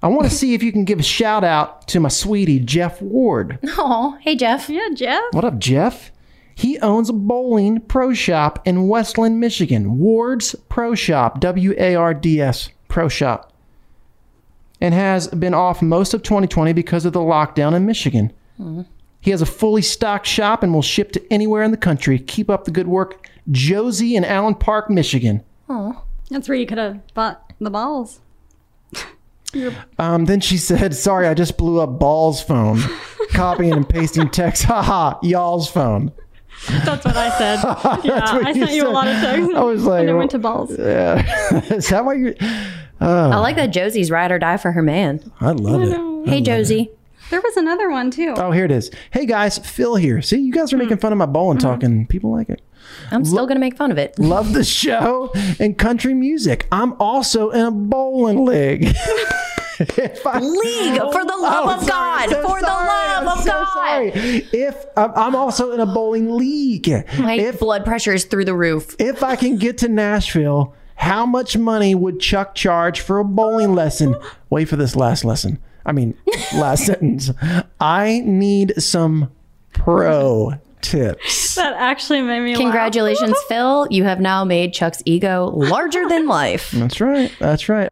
D: I want to see if you can give a shout out to my sweetie, Jeff Ward.
G: Oh, hey Jeff.
F: Yeah, Jeff.
D: What up, Jeff? He owns a bowling pro shop in Westland, Michigan. Ward's Pro Shop, W A R D S Pro Shop. And has been off most of 2020 because of the lockdown in Michigan.
F: Mm-hmm.
D: He has a fully stocked shop and will ship to anywhere in the country. Keep up the good work, Josie in Allen Park, Michigan.
F: Oh, that's where you could have bought the balls.
D: Um, then she said, "Sorry, I just blew up Ball's phone, copying and pasting text. Haha, y'all's phone."
F: That's what I said. Yeah,
D: what
F: I sent you, a
D: said.
F: lot of texts.
D: I was like,
F: and it went to balls.
D: Yeah. Is that why you?
G: I like that Josie's ride or die for her man.
D: I love it.
G: Hey Josie.
F: There was another one too.
D: Oh, here it is. Hey guys, Phil here. See, you guys are making fun of my bowling talk, and people like it.
G: I'm still gonna make fun of it.
D: Love the show and country music. I'm also in a bowling league. If I-
G: League for the love
D: Oh,
G: of
D: sorry.
G: God.
D: So sorry.
G: for the love
D: I'm
G: of
D: so
G: God.
D: sorry. If I'm, I'm also in a bowling league.
G: My blood pressure is through the roof.
D: If I can get to Nashville, how much money would Chuck charge for a bowling lesson? Wait for this last lesson. I mean, last sentence. I need some pro tips.
F: That actually made me.
G: Congratulations, Phil. You have now made Chuck's ego larger than life.
D: That's right. That's right.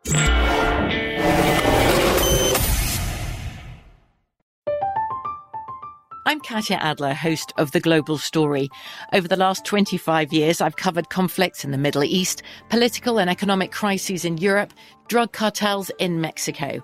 J: I'm Katya Adler, host of The Global Story. Over the last 25 years, I've covered conflicts in the Middle East, political and economic crises in Europe, drug cartels in Mexico.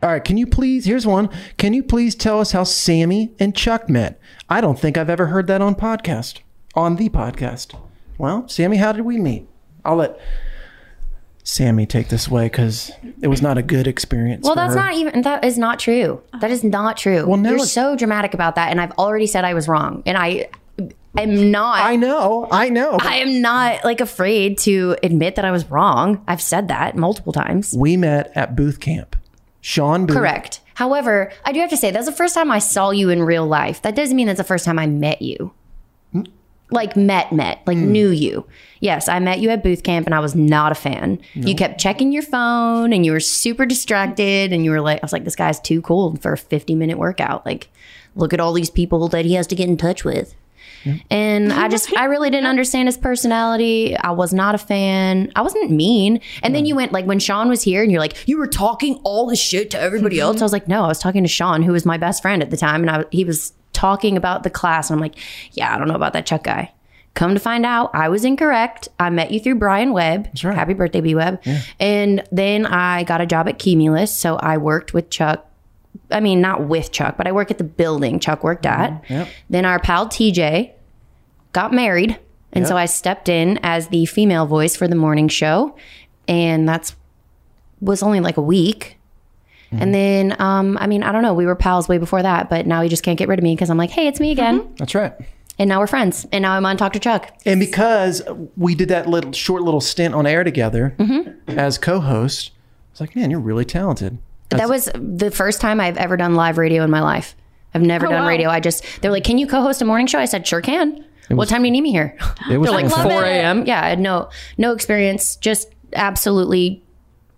D: All right, can you please? Here's one. Can you please tell us how Sammy and Chuck met? I don't think I've ever heard that on podcast, on the podcast. Well, Sammy, how did we meet? I'll let Sammy take this away because it was not a good experience.
G: Well,
D: for
G: that's
D: her.
G: not even that is not true. That is not true. Well,
D: now
G: you're
D: it's-
G: so dramatic about that, and I've already said I was wrong, and I am not. I
D: know, I know.
G: I am not like afraid to admit that I was wrong. I've said that multiple times.
D: We met at booth camp. Sean Booth.
G: Correct. However, I do have to say that's the first time I saw you in real life. That doesn't mean that's the first time I met you. Like met, met, like
D: Hmm.
G: knew you. Yes, I met you at booth camp, and I was not a fan. You kept checking your phone, and you were super distracted, and you were like, "I was like, this guy's too cool for a fifty-minute workout. Like, look at all these people that he has to get in touch with." And I just, I really didn't understand his personality. I was not a fan. I wasn't mean. And then you went, like, when Sean was here and you're like, you were talking all this shit to everybody else. I was like, no, I was talking to Sean, who was my best friend at the time. And I, he was talking about the class. And I'm like, yeah, I don't know about that Chuck guy. Come to find out, I was incorrect. I met you through Brian Webb. That's right. Happy birthday, B Webb. And then I got a job at Cumulus. So I worked with Chuck. I mean, not with Chuck, but I work at the building Chuck worked at.
D: Yep.
G: Then our pal TJ got married. And so
D: Yep.
G: I stepped in as the female voice for the morning show. And that's was only like a week. And then, um, I mean, I don't know. We were pals way before that, but now he just can't get rid of me because I'm like, hey, it's me again.
F: Mm-hmm.
D: That's right.
G: And now we're friends. And now I'm on Talk to Chuck.
D: And because we did that little short little stint on air together
G: Mm-hmm.
D: as co-host, I was like, man, you're really talented.
G: that was the first time I've ever done live radio in my life. I've never
D: Oh,
G: done
D: wow.
G: radio. I just, they're like, can you co host a morning show? I said, sure can.
D: It
G: what
D: was-
G: time do you need me here?
D: It was
G: They're like
D: fantastic.
G: 4 a.m. Yeah, I had no no experience, just absolutely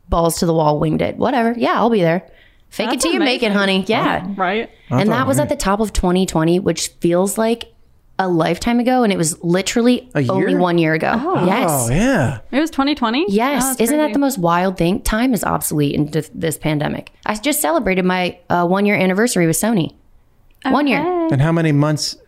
G: balls to the wall, winged it. Whatever. Yeah, I'll be there. Fake it
F: That's
G: till you make it,
F: amazing.
G: honey. Yeah.
F: Right.
G: and that was at the top of 2020, which feels like a lifetime ago, and it was literally
F: A
G: only
F: year?
G: one year ago.
F: Oh.
G: yes.
F: Oh, yeah. It was 2020?
G: Yes.
F: Oh, that's
G: Isn't
F: crazy.
G: that the most wild thing? Time is obsolete in th- this pandemic. I just celebrated my uh, one year anniversary with Sony. One year.
D: And how many months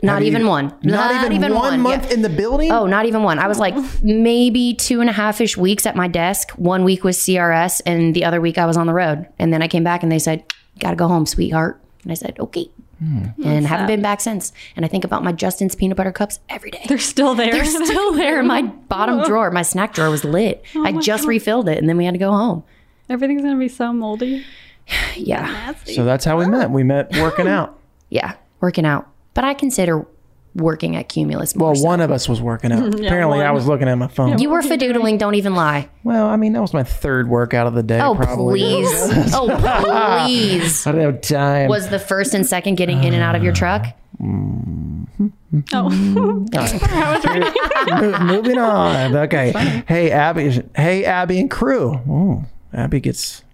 G: Not
D: How do you-
G: even one.
D: Not even one month
G: in
D: the building?
G: Oh, not even one. I was like maybe two and a half ish weeks at my desk. One week was CRS, and the other week I was on the road. And then I came back and they said, Got to go home, sweetheart. And I said, Okay. and
D: Hmm.
G: haven't
A: That's sad.
G: been back since. And I think about my Justin's peanut butter cups every day.
F: They're still there.
G: They're still there in my bottom drawer. My snack drawer was lit.
F: Oh
G: I
F: my
G: just
F: God.
G: refilled it, and then we had to go home.
F: Everything's gonna be so moldy.
G: Yeah.
D: So that's how we met. We met working out.
G: Yeah, working out. But I consider working at Cumulus. More
D: Well, one of us was working out.
G: Yeah,
D: Apparently, I
G: one.
D: was looking at my phone.
G: you were fidoodling. Don't even lie.
D: Well, I mean, that was my third workout of the day.
G: Oh,
D: probably.
G: please. Oh, please.
D: I don't have time.
G: Was the first and second getting in and out of your truck?
D: Oh. moving on. Okay. Hey Abby. Hey Abby and crew. Oh, Abby gets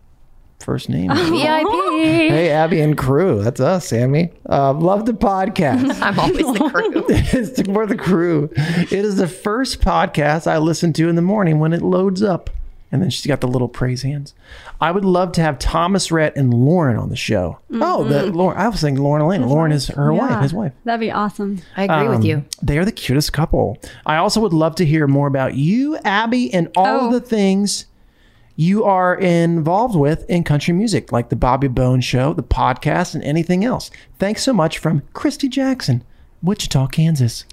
D: first
G: Oh.
D: name.
G: VIP.
D: Hey Abby and crew. That's us, Sammy. Uh, love the podcast.
G: I'm always the crew.
D: it's the- we're the crew. It is the first podcast I listen to in the morning when it loads up. And then she's got the little praise hands. I would love to have Thomas Rhett and Lauren on the show. Oh, the
F: Mhm.
D: Lauren. I was thinking Lauren Elena. Lauren is her wife.
F: Yeah.
D: His wife.
F: That'd be awesome.
G: I
D: Um, They are the cutest couple. I also would love to hear more about you, Abby, and
F: Oh.
D: all of the things you are involved with in country music, like the Bobby Bone Show, the podcast, and anything else. Thanks so much from Christy Jackson, Wichita, Kansas.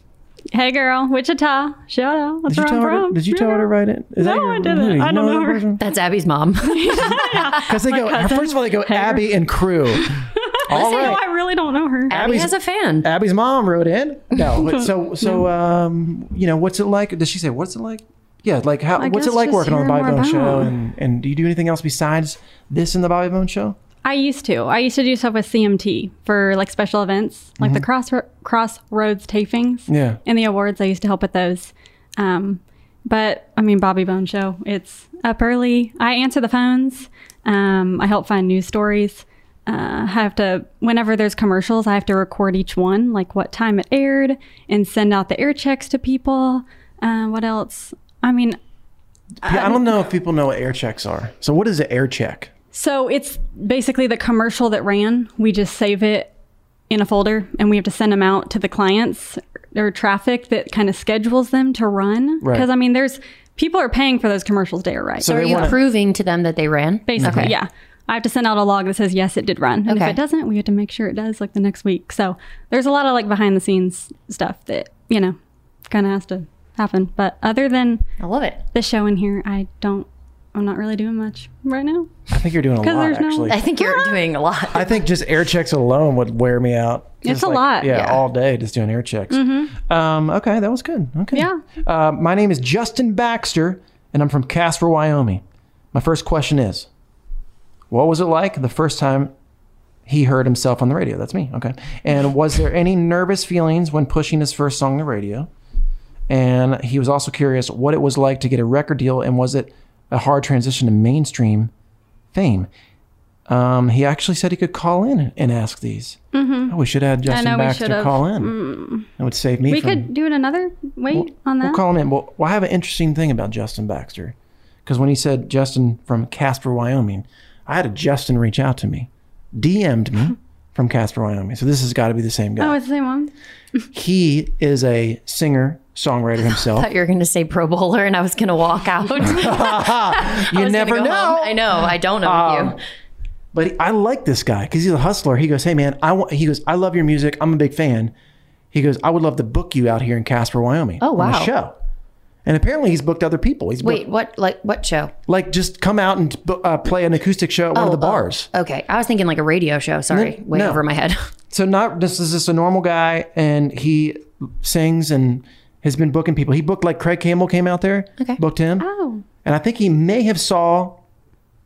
F: Hey, girl, Wichita, shout out.
D: Did
F: That's
D: you
F: where I'm
D: tell her?
F: from.
D: Did you tell her to write it? Is
F: No,
D: your-
F: Oh, I didn't.
D: you
F: I don't
D: that
F: know her.
D: person?
G: That's Abby's mom.
D: Because they go first of all, they go Abby and crew. all
F: Listen, no,
D: right.
F: I really don't know her.
G: fan.
D: Abby's mom wrote in. No, but so so um, you know, what's it like? Does she say what's it like? Yeah, like how?
F: I
D: what's it
F: guess
D: like
F: just
D: working on the
F: hearing
D: Bobby
F: more
D: Bone show?
F: about.
D: And and do you do anything else besides this in the Bobby Bone show?
F: I used to. I used to do stuff with CMT for like special events, like the
D: Mhm.
F: cross crossroads tapings.
D: Yeah.
F: And the awards, I used to help with those. Um, but I mean, Bobby Bone Show. It's up early. I answer the phones. Um, I help find news stories. Uh, I have to whenever there's commercials, I have to record each one, like what time it aired, and send out the air checks to people. Uh, what else? I mean,
D: Yeah, I don't know if people know what air checks are. So what is an air check?
F: So it's basically the commercial that ran. We just save it in a folder and we have to send them out to the clients or traffic that kind of schedules them to run.
G: Right.
F: Because, I mean, there's people are paying for those commercials day or right.
G: So, are you proving to them that they ran?
F: Basically,
G: Okay.
F: yeah. I have to send out a log that says, yes, it did run. And if
G: Okay.
F: it doesn't, we have to make sure it does like the next week. So there's a lot of like behind the scenes stuff that, you know, kind of has to happen. But other than
G: I love it.
F: The show in here, I don't, I'm not really doing much right now.
D: I think you're doing a
F: Because
D: lot
F: there's no-
D: actually.
F: I think
G: you're doing a lot.
D: I think just air checks alone would wear me out.
F: It's
D: Just
F: a lot.
D: Yeah,
F: Yeah.
D: all day just doing air checks.
F: Mhm.
D: Um, okay, that was good. Okay. Yeah. Uh, my name is Justin Baxter, and I'm from Casper, Wyoming. My first question is What was it like the first time he heard himself on the radio? That's me. Okay. And was there any nervous feelings when pushing his first song on the radio? And he was also curious what it was like to get a record deal, and was it a hard transition to mainstream fame? Um, he actually said he could call in and ask these.
F: Mm-hmm.
D: Oh, we should add Justin Baxter call in. That would save me
F: we
D: from.
F: could do it another way on that.
D: We'll call him in. Well, well, I have an interesting thing about Justin Baxter. Because when he said Justin from Casper, Wyoming, I had a Justin reach out to me, DM'd me from Casper, Wyoming. So this has got to be the same
F: Oh,
D: guy.
F: it's the same one.
D: He is a singer, songwriter
G: I
D: himself.
G: thought you were going to say Pro Bowler, and I was going to walk out. I
D: You
G: was gonna
D: never
G: go
D: know.
G: home. I know. I don't know you.
D: But I like this guy because he's a hustler. He goes, "Hey man, I want." He goes, "I love your music. I'm a big fan." He goes, "I would love to book you out here in Casper, Wyoming.
G: Oh,
D: on
G: wow.
D: a show." And apparently, he's booked other people. He's
G: Wait,
D: booked,
G: what? Like what show? Oh,
D: like just come out and bo- uh, play an acoustic show at one of the bars.
G: Okay, I was thinking like a radio show. Sorry, way
D: no.
G: over my head.
D: So not this is just a normal guy, and he sings and has been booking people. He booked like Craig Campbell came out there, okay. booked him.
F: Oh,
D: And I think he may have saw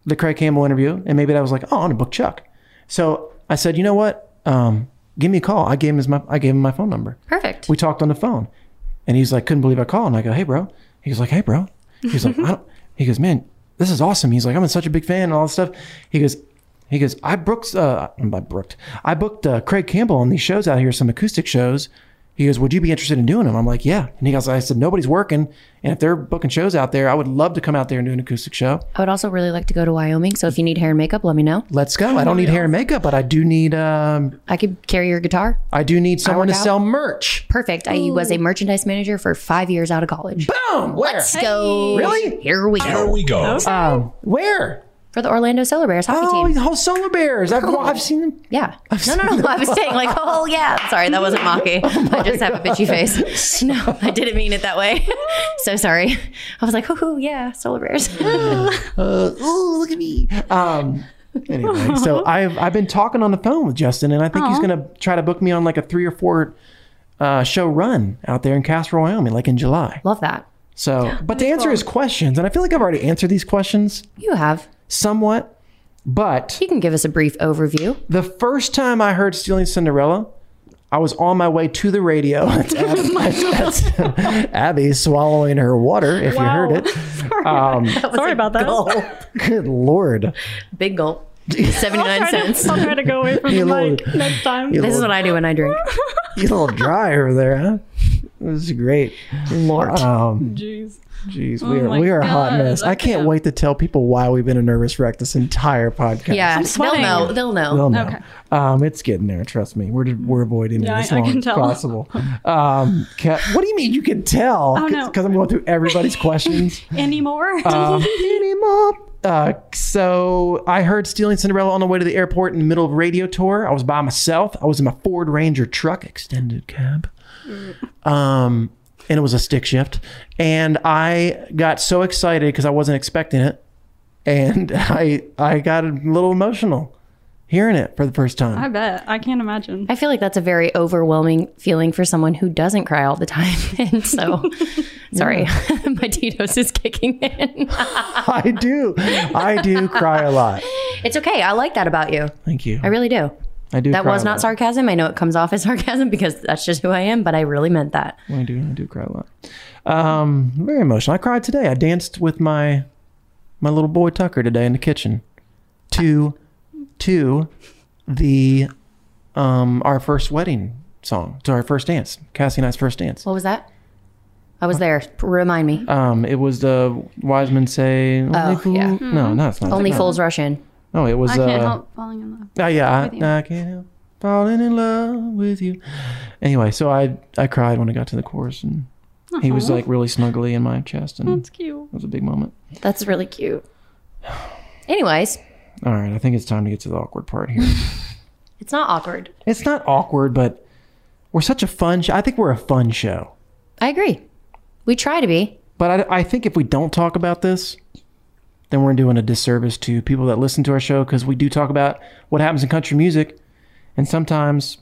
D: the Craig Campbell interview, and maybe that was like, oh, I'm gonna book Chuck. So I said, you know what? Um, give me a call. I gave him his my I gave him my phone number.
G: Perfect.
D: We talked on the phone, and he's like, couldn't believe I called. And I go, hey, bro. He was like, hey, bro. He's like, I don't. He goes, man, this is awesome. He's like, I'm such a big fan and all this stuff. He goes, he goes, I booked, uh, I'm by booked. I booked uh, Craig Campbell on these shows out here, some acoustic shows. He goes, "Would you be interested in doing them?" I'm like, "Yeah." And he goes, "I said nobody's working, and if they're booking shows out there, I would love to come out there and do an acoustic show."
G: I would also really like to go to Wyoming. So if you need hair and makeup, let me know.
D: Let's go. Oh, I don't need hair and makeup, but I do need. um
G: I could carry your guitar.
D: I do need someone to sell merch.
G: Perfect. I was a merchandise manager for five years out of college.
D: Boom. Where?
G: Let's go.
D: Really?
G: Here we go.
D: Here we go. Okay. Um, where?
G: For the Orlando Solar Bears hockey
D: Oh,
G: team.
D: the whole Solar Bears. I've, I've seen them. Oh
G: Yeah. no, no, no. I was saying like, oh yeah. Sorry, that wasn't mocking. I just have a bitchy face. No, I didn't mean it that way. so sorry. I was like, oh yeah, Solar Bears.
D: uh, ooh, look at me. Um, anyway, so I've I've been talking on the phone with Justin, and I think he's
G: Aw.
D: gonna try to book me on like a three or four uh, show run out there in Casper, Wyoming, like in July.
G: Love that.
D: So, but to answer his questions, and I feel like I've already answered these questions.
G: You have
D: somewhat, but
G: you can give us a brief overview.
D: The first time I heard "Stealing Cinderella," I was on my way to the radio. That's
G: Oh
D: Abby, that's Abby swallowing her water. If you heard it, um,
G: Sorry about that. was a
D: good lord.
G: gulp. Big gulp. Seventy nine cents.
F: I'll try to go away from
D: You
F: the
D: little-
F: mic next time.
D: you
G: This is
D: little-
G: what I do when I drink.
D: you a little dry over there, huh? This is great.
G: Lord.
D: Um,
F: Jeez.
D: Jeez, we
F: Oh
D: are
F: my
D: we are a hot
F: God,
D: mess. I can't wait to tell people why we've been a nervous wreck this entire podcast.
G: Yeah, they'll know. They'll know.
D: They'll know. Um, it's getting there. Trust me. We're we're avoiding
G: Yeah,
D: it as
G: I- I
D: long
G: can
D: as
G: tell.
D: possible. Um, ca- what do you mean you can tell?
F: Oh, no.
D: Because I'm going through everybody's questions.
F: Anymore?
D: Um, Uh, so I heard stealing Cinderella on the way to the airport in the middle of a radio tour. I was by myself. I was in my Ford Ranger truck, extended cab, um, and it was a stick shift. And I got so excited because I wasn't expecting it, and I I got a little emotional hearing it for the first time.
F: I bet. I can't imagine.
G: I feel like that's a very overwhelming feeling for someone who doesn't cry all the time. And so, sorry, my Tito's is kicking in.
D: I do. I do cry a lot.
G: It's okay. I like that about you.
D: Thank you.
G: I really do.
D: I do.
G: that
D: cry
G: was
D: a
G: not
D: lot.
G: sarcasm. I know it comes off as sarcasm because that's just who I am, but I really meant that.
D: I do. I do cry a lot. Um, very emotional. I cried today. I danced with my my little boy Tucker today in the kitchen to to the um our first wedding song to our first dance Cassie and I's first dance.
G: What was that? I was there. Remind me.
D: Um, it was the wise men say only
G: Oh,
D: fool-
G: yeah.
D: No, no, it's not.
G: Only
D: no.
G: fools rush in.
D: No, it was.
F: I can't
D: uh,
F: help falling in love.
D: Oh yeah,
F: with you.
D: I, I can't help falling in love with you. Anyway, so I I cried when I got to the chorus, and he was
G: Aw.
D: like really snuggly in my chest, and
G: That's
F: cute.
D: It was a big moment.
G: That's really cute. Anyways,
D: All right, I think it's time to get to the awkward part here.
G: it's not awkward.
D: it's not awkward, but we're such a fun. Sh- I think we're a fun show,
G: I agree. We try to be.
D: but I I think if we don't talk about this. Then we're doing a disservice to people that listen to our show because we do talk about what happens in country music, and sometimes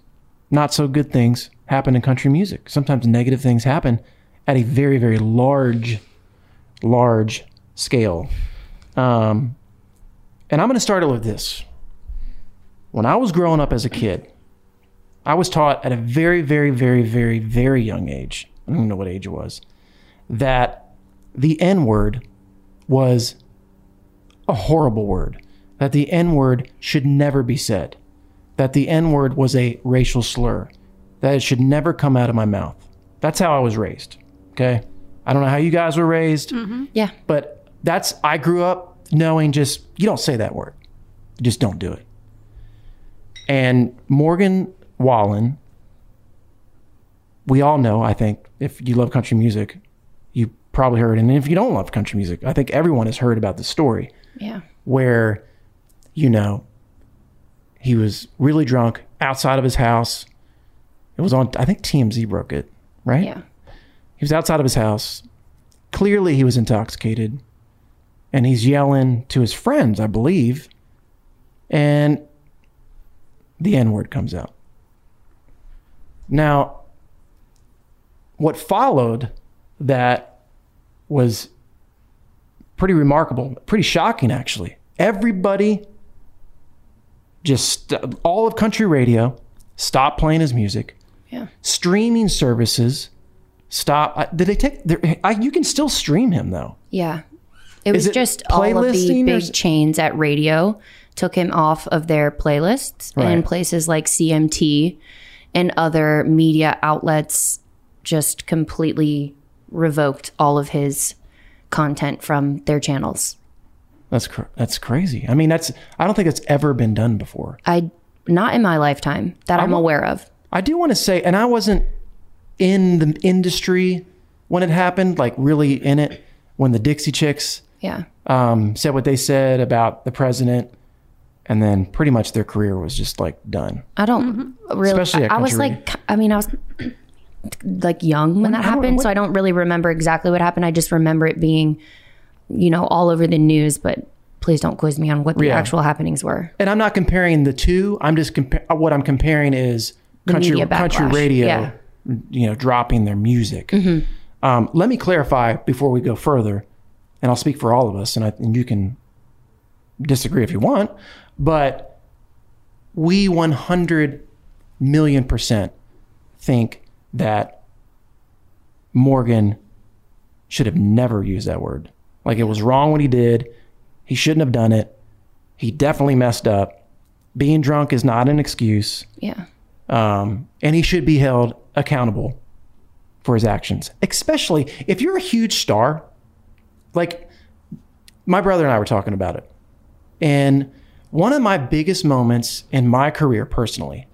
D: not so good things happen in country music. Sometimes negative things happen at a very, very large, large scale. Um, and I'm going to start it with this. When I was growing up as a kid, I was taught at a very, very, very, very, very young age, I don't even know what age it was, that the N word was a horrible word, that the N word should never be said, that the N word was a racial slur, that it should never come out of my mouth. That's how I was raised. Okay. I don't know how you guys were raised,
G: Yeah.
D: but that's, I grew up knowing just, you don't say that word, you just don't do it. And Morgan Wallen, we all know, I think, if you love country music, you probably heard. And if you don't love country music, I think everyone has heard about the story
G: Yeah.
D: where, you know, he was really drunk outside of his house. It was on, I think TMZ broke it, right?
G: Yeah.
D: He was outside of his house. Clearly, he was intoxicated. And he's yelling to his friends, I believe. And the N word comes out. Now, what followed that was pretty remarkable, pretty shocking, actually. Everybody, just all of country radio, stopped playing his music.
G: Yeah.
D: Streaming services stop. I- Did they take? there- I, you can still stream him though.
G: Yeah. It
D: Is
G: was
D: it
G: just all of the
D: playlisting or
G: big
D: is it-
G: chains at radio took him off of their playlists
D: Right.
G: and places like CMT and other media outlets just completely revoked all of his content from their channels.
D: That's cr- that's crazy. I mean, that's I don't think that's ever been done before.
G: I not in my lifetime that I'm,
D: I'm-
G: aware of.
D: I do want to say, and I wasn't in the industry when it happened, like really in it when the Dixie Chicks
G: Yeah.
D: um, said what they said about the president, and then pretty much their career was just like done.
G: I don't really.
D: Especially at
G: I, I was
D: country
G: like, I mean, I was like young when, that happened, so I don't really remember exactly what happened. I just remember it being, you know, all over the news. But please don't quiz me on what the
D: Yeah.
G: actual happenings were.
D: And I'm not comparing the two. I'm just compa- what I'm comparing is
G: The
D: country
G: media
D: country
G: backlash.
D: radio,
G: Yeah.
D: you know, dropping their music. Um, let me clarify before we go further, and I'll speak for all of us, and, I, and you can disagree if you want, but we 100 million percent think that Morgan should have never used that word. Like it was wrong what he did. He shouldn't have done it. He definitely messed up. Being drunk is not an excuse.
G: Yeah.
D: Um, and he should be held accountable for his actions, especially if you're a huge star. Like my brother and I were talking about it. And one of my biggest moments in my career personally,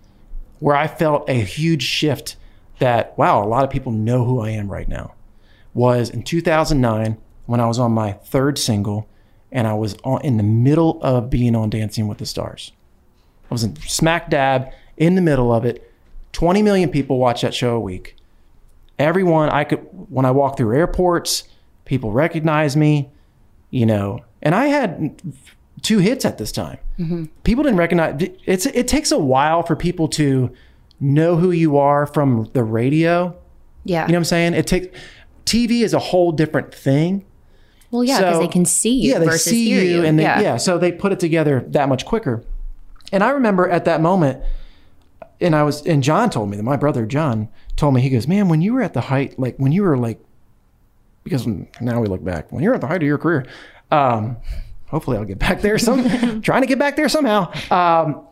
D: where I felt a huge shift that, wow, a lot of people know who I am right now, was in 2009 when I was on my third single and I was on, in the middle of being on Dancing with the Stars. I was in smack dab in the middle of it. 20 million people watch that show a week. Everyone I could when I walk through airports, people recognize me, you know. And I had two hits at this time. People didn't recognize it's it takes a while for people to know who you are from the radio.
G: Yeah.
D: You know what I'm saying? It takes TV is a whole different thing.
G: Well, yeah, because
D: So-
G: they can see you.
D: Yeah, they
G: versus
D: see
G: hear
D: you, and they, yeah. so they put it together that much quicker. And I remember at that moment, and I was, and John told me that my brother John told me he goes, man, when you were at the height, like when you were like, because now we look back, when you're at the height of your career, um, hopefully I'll get back there some, trying to get back there somehow. Um,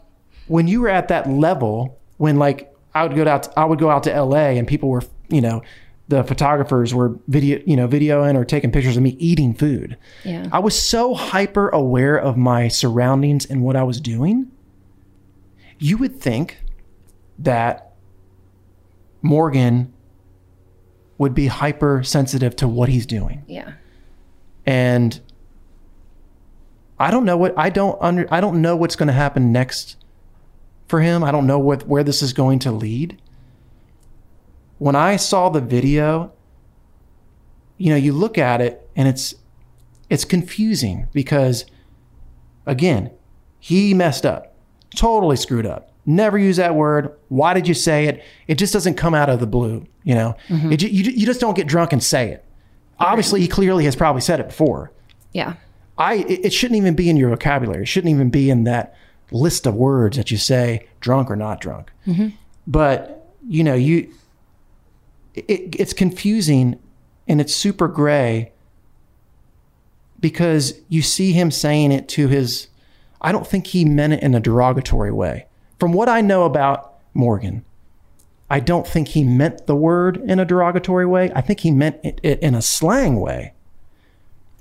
D: when you were at that level, when like I would go out, I would go out to L.A. and people were, you know, the photographers were video, you know, videoing or taking pictures of me eating food.
G: Yeah.
D: I was so hyper aware of my surroundings and what I was doing. You would think that Morgan would be hypersensitive to what he's doing.
G: Yeah.
D: And I don't know what I don't under I don't know what's going to happen next for him. I don't know what where this is going to lead. When I saw the video, you know, you look at it and it's it's confusing because again, he messed up. Totally screwed up. Never use that word. Why did you say it? It just doesn't come out of the blue, you know. It ju- you, you just don't get drunk and say it. Obviously, he clearly has probably said it before.
G: Yeah.
D: I it it shouldn't even be in your vocabulary. It shouldn't even be in that list of words that you say, drunk or not drunk.
G: Mhm.
D: But you know, you it, it's confusing and it's super gray because you see him saying it to his. I don't think he meant it in a derogatory way. From what I know about Morgan, I don't think he meant the word in a derogatory way. I think he meant it, it in a slang way.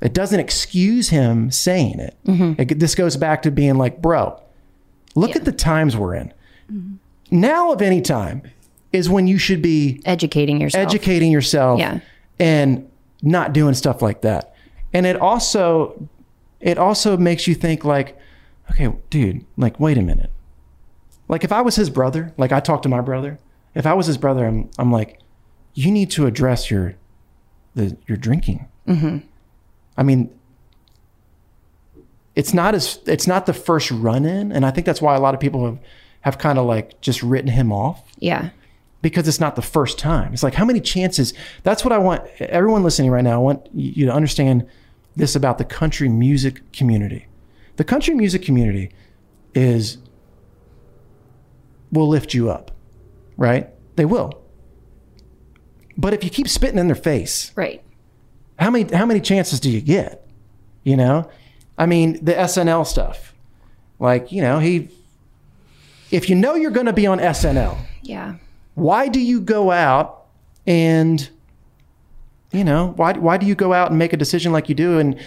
D: It doesn't excuse him saying it. It- This goes back to being like, bro, look at the times we're in. Now, of any time, is when you should be
G: educating yourself.
D: educating yourself,
G: Yeah.
D: and not doing stuff like that. And it also, it also makes you think like, okay, dude, like, wait a minute. Like, if I was his brother, like I talked to my brother, if I was his brother, I'm, I'm like, you need to address your, the your drinking.
G: Mm-hmm.
D: I mean, it's not as it's not the first run in, and I think that's why a lot of people have have kind of like just written him off
G: Yeah.
D: because it's not the first time. It's like how many chances? That's what I want everyone listening right now. I want you to understand this about the country music community. The country music community is will lift you up, right? They will. But if you keep spitting in their face,
G: right?
D: How many how many chances do you get? You know, I mean the SNL stuff. Like you know he, if you know you're going to be on SNL,
G: Yeah.
D: why do you go out and you know why why do you go out and make a decision like you do and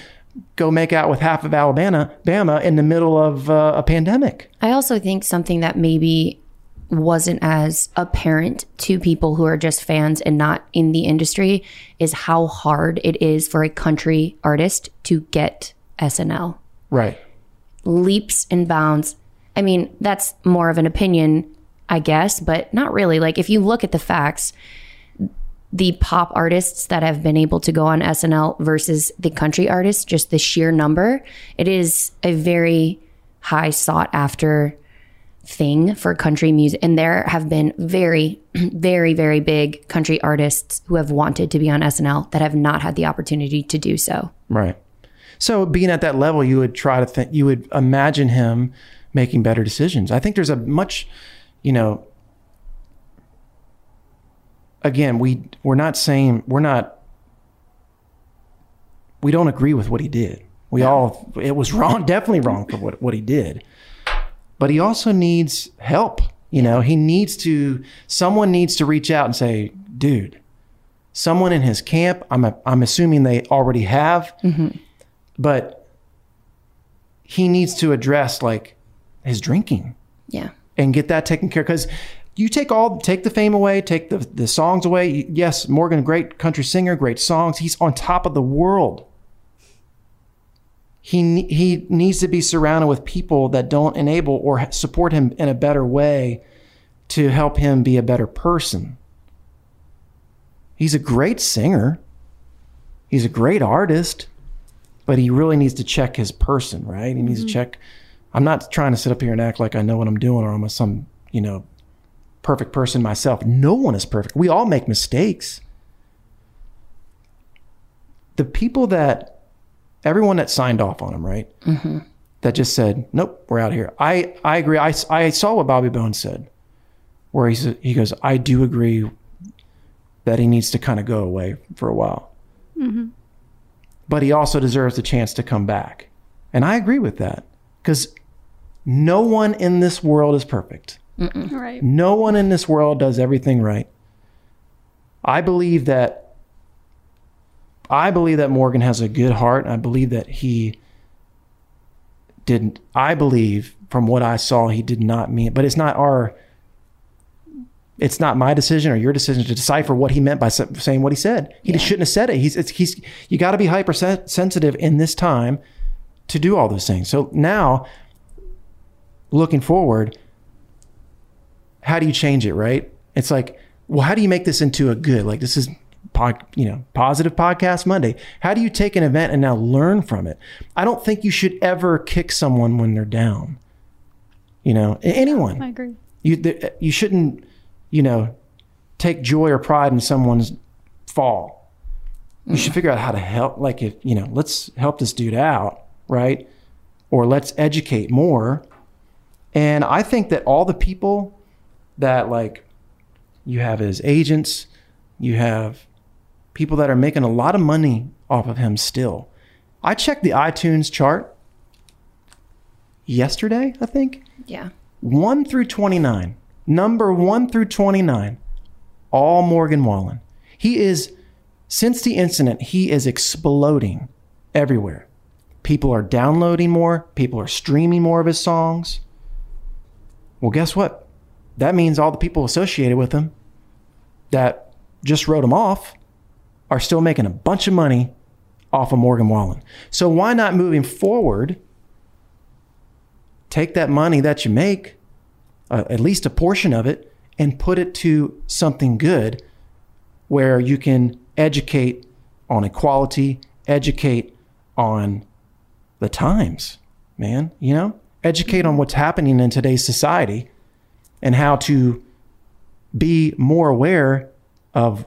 D: go make out with half of Alabama Bama in the middle of uh, a pandemic?
G: I also think something that maybe wasn't as apparent to people who are just fans and not in the industry is how hard it is for a country artist to get SNL.
D: Right.
G: leaps and bounds. I mean, that's more of an opinion, I guess, but not really. Like, if you look at the facts, the pop artists that have been able to go on SNL versus the country artists, just the sheer number, it is a very high sought after thing for country music. And there have been very, very, very big country artists who have wanted to be on SNL that have not had the opportunity to do so.
D: Right. So being at that level, you would try to think, you would imagine him making better decisions. I think there's a much, you know, again, we we're not saying we're not we don't agree with what he did. We all it was wrong, definitely wrong for what, what he did. But he also needs help. You know, he needs to someone needs to reach out and say, dude, someone in his camp, I'm a, I'm assuming they already have but he needs to address like his drinking
G: Yeah.
D: and get that taken care because you take all take the fame away take the, the songs away yes morgan great country singer great songs he's on top of the world he ne- he needs to be surrounded with people that don't enable or h- support him in a better way to help him be a better person he's a great singer he's a great artist but he really needs to check his person, right? He needs to
K: Mhm.
D: check. I'm not trying to sit up here and act like I know what I'm doing or I'm a some, you know, perfect person myself. No one is perfect. We all make mistakes. The people that everyone that signed off on him, right?
G: Mm-hmm.
D: That just said, "Nope, we're out of here." I I agree. I, s- I saw what Bobby Bones said, where he said, he goes, "I do agree that he needs to kind of go away for a while."
F: Mm-hmm.
D: but he also deserves the chance to come back. And I agree with that because no one in this world is perfect.
F: Right.
D: No one in this world does everything right. I believe that I believe that Morgan has a good heart. and I believe that he didn't I believe from what I saw he did not mean but it's not our it's not my decision or your decision to decipher what he meant by sa- saying what he said. He just shouldn't have said it. He's it's, he's you got to be hypersensitive in this time to do all those things. So now, looking forward, how do you change it? Right? It's like, well, how do you make this into a good? Like this is, pod, you know, positive podcast Monday. How do you take an event and now learn from it? I don't think you should ever kick someone when they're down. You know, a- anyone
F: I agree.
D: you th- you shouldn't you know take joy or pride in someone's fall you should figure out how to help like if you know let's help this dude out right or let's educate more and i think that all the people that like you have his agents you have people that are making a lot of money off of him still i checked the itunes chart yesterday i think
G: Yeah.
D: 1 through 29, number 1 through 29, all Morgan Wallen. He is, since the incident, he is exploding everywhere. People are downloading more, people are streaming more of his songs. Well, guess what? That means all the people associated with him that just wrote him off are still making a bunch of money off of Morgan Wallen. So why not moving forward? take that money that you make, uh, at least a portion of it, and put it to something good where you can educate on equality, educate on the times, man, you know? Educate on what's happening in today's society and how to be more aware of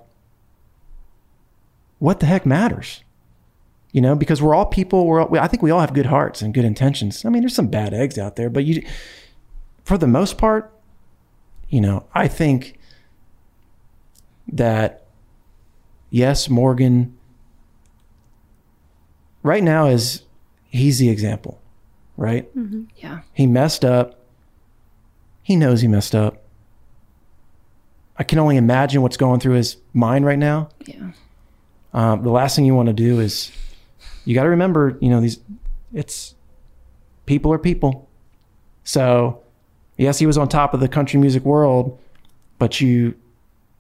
D: what the heck matters you know because we're all people we're all, we, i think we all have good hearts and good intentions i mean there's some bad eggs out there but you for the most part you know i think that yes morgan right now is he's the example right
G: Mm-hmm. Yeah.
D: he messed up he knows he messed up I can only imagine what's going through his mind right now.
G: Yeah.
D: Um, the last thing you want to do is, you got to remember, you know, these, it's, people are people. So, yes, he was on top of the country music world, but you,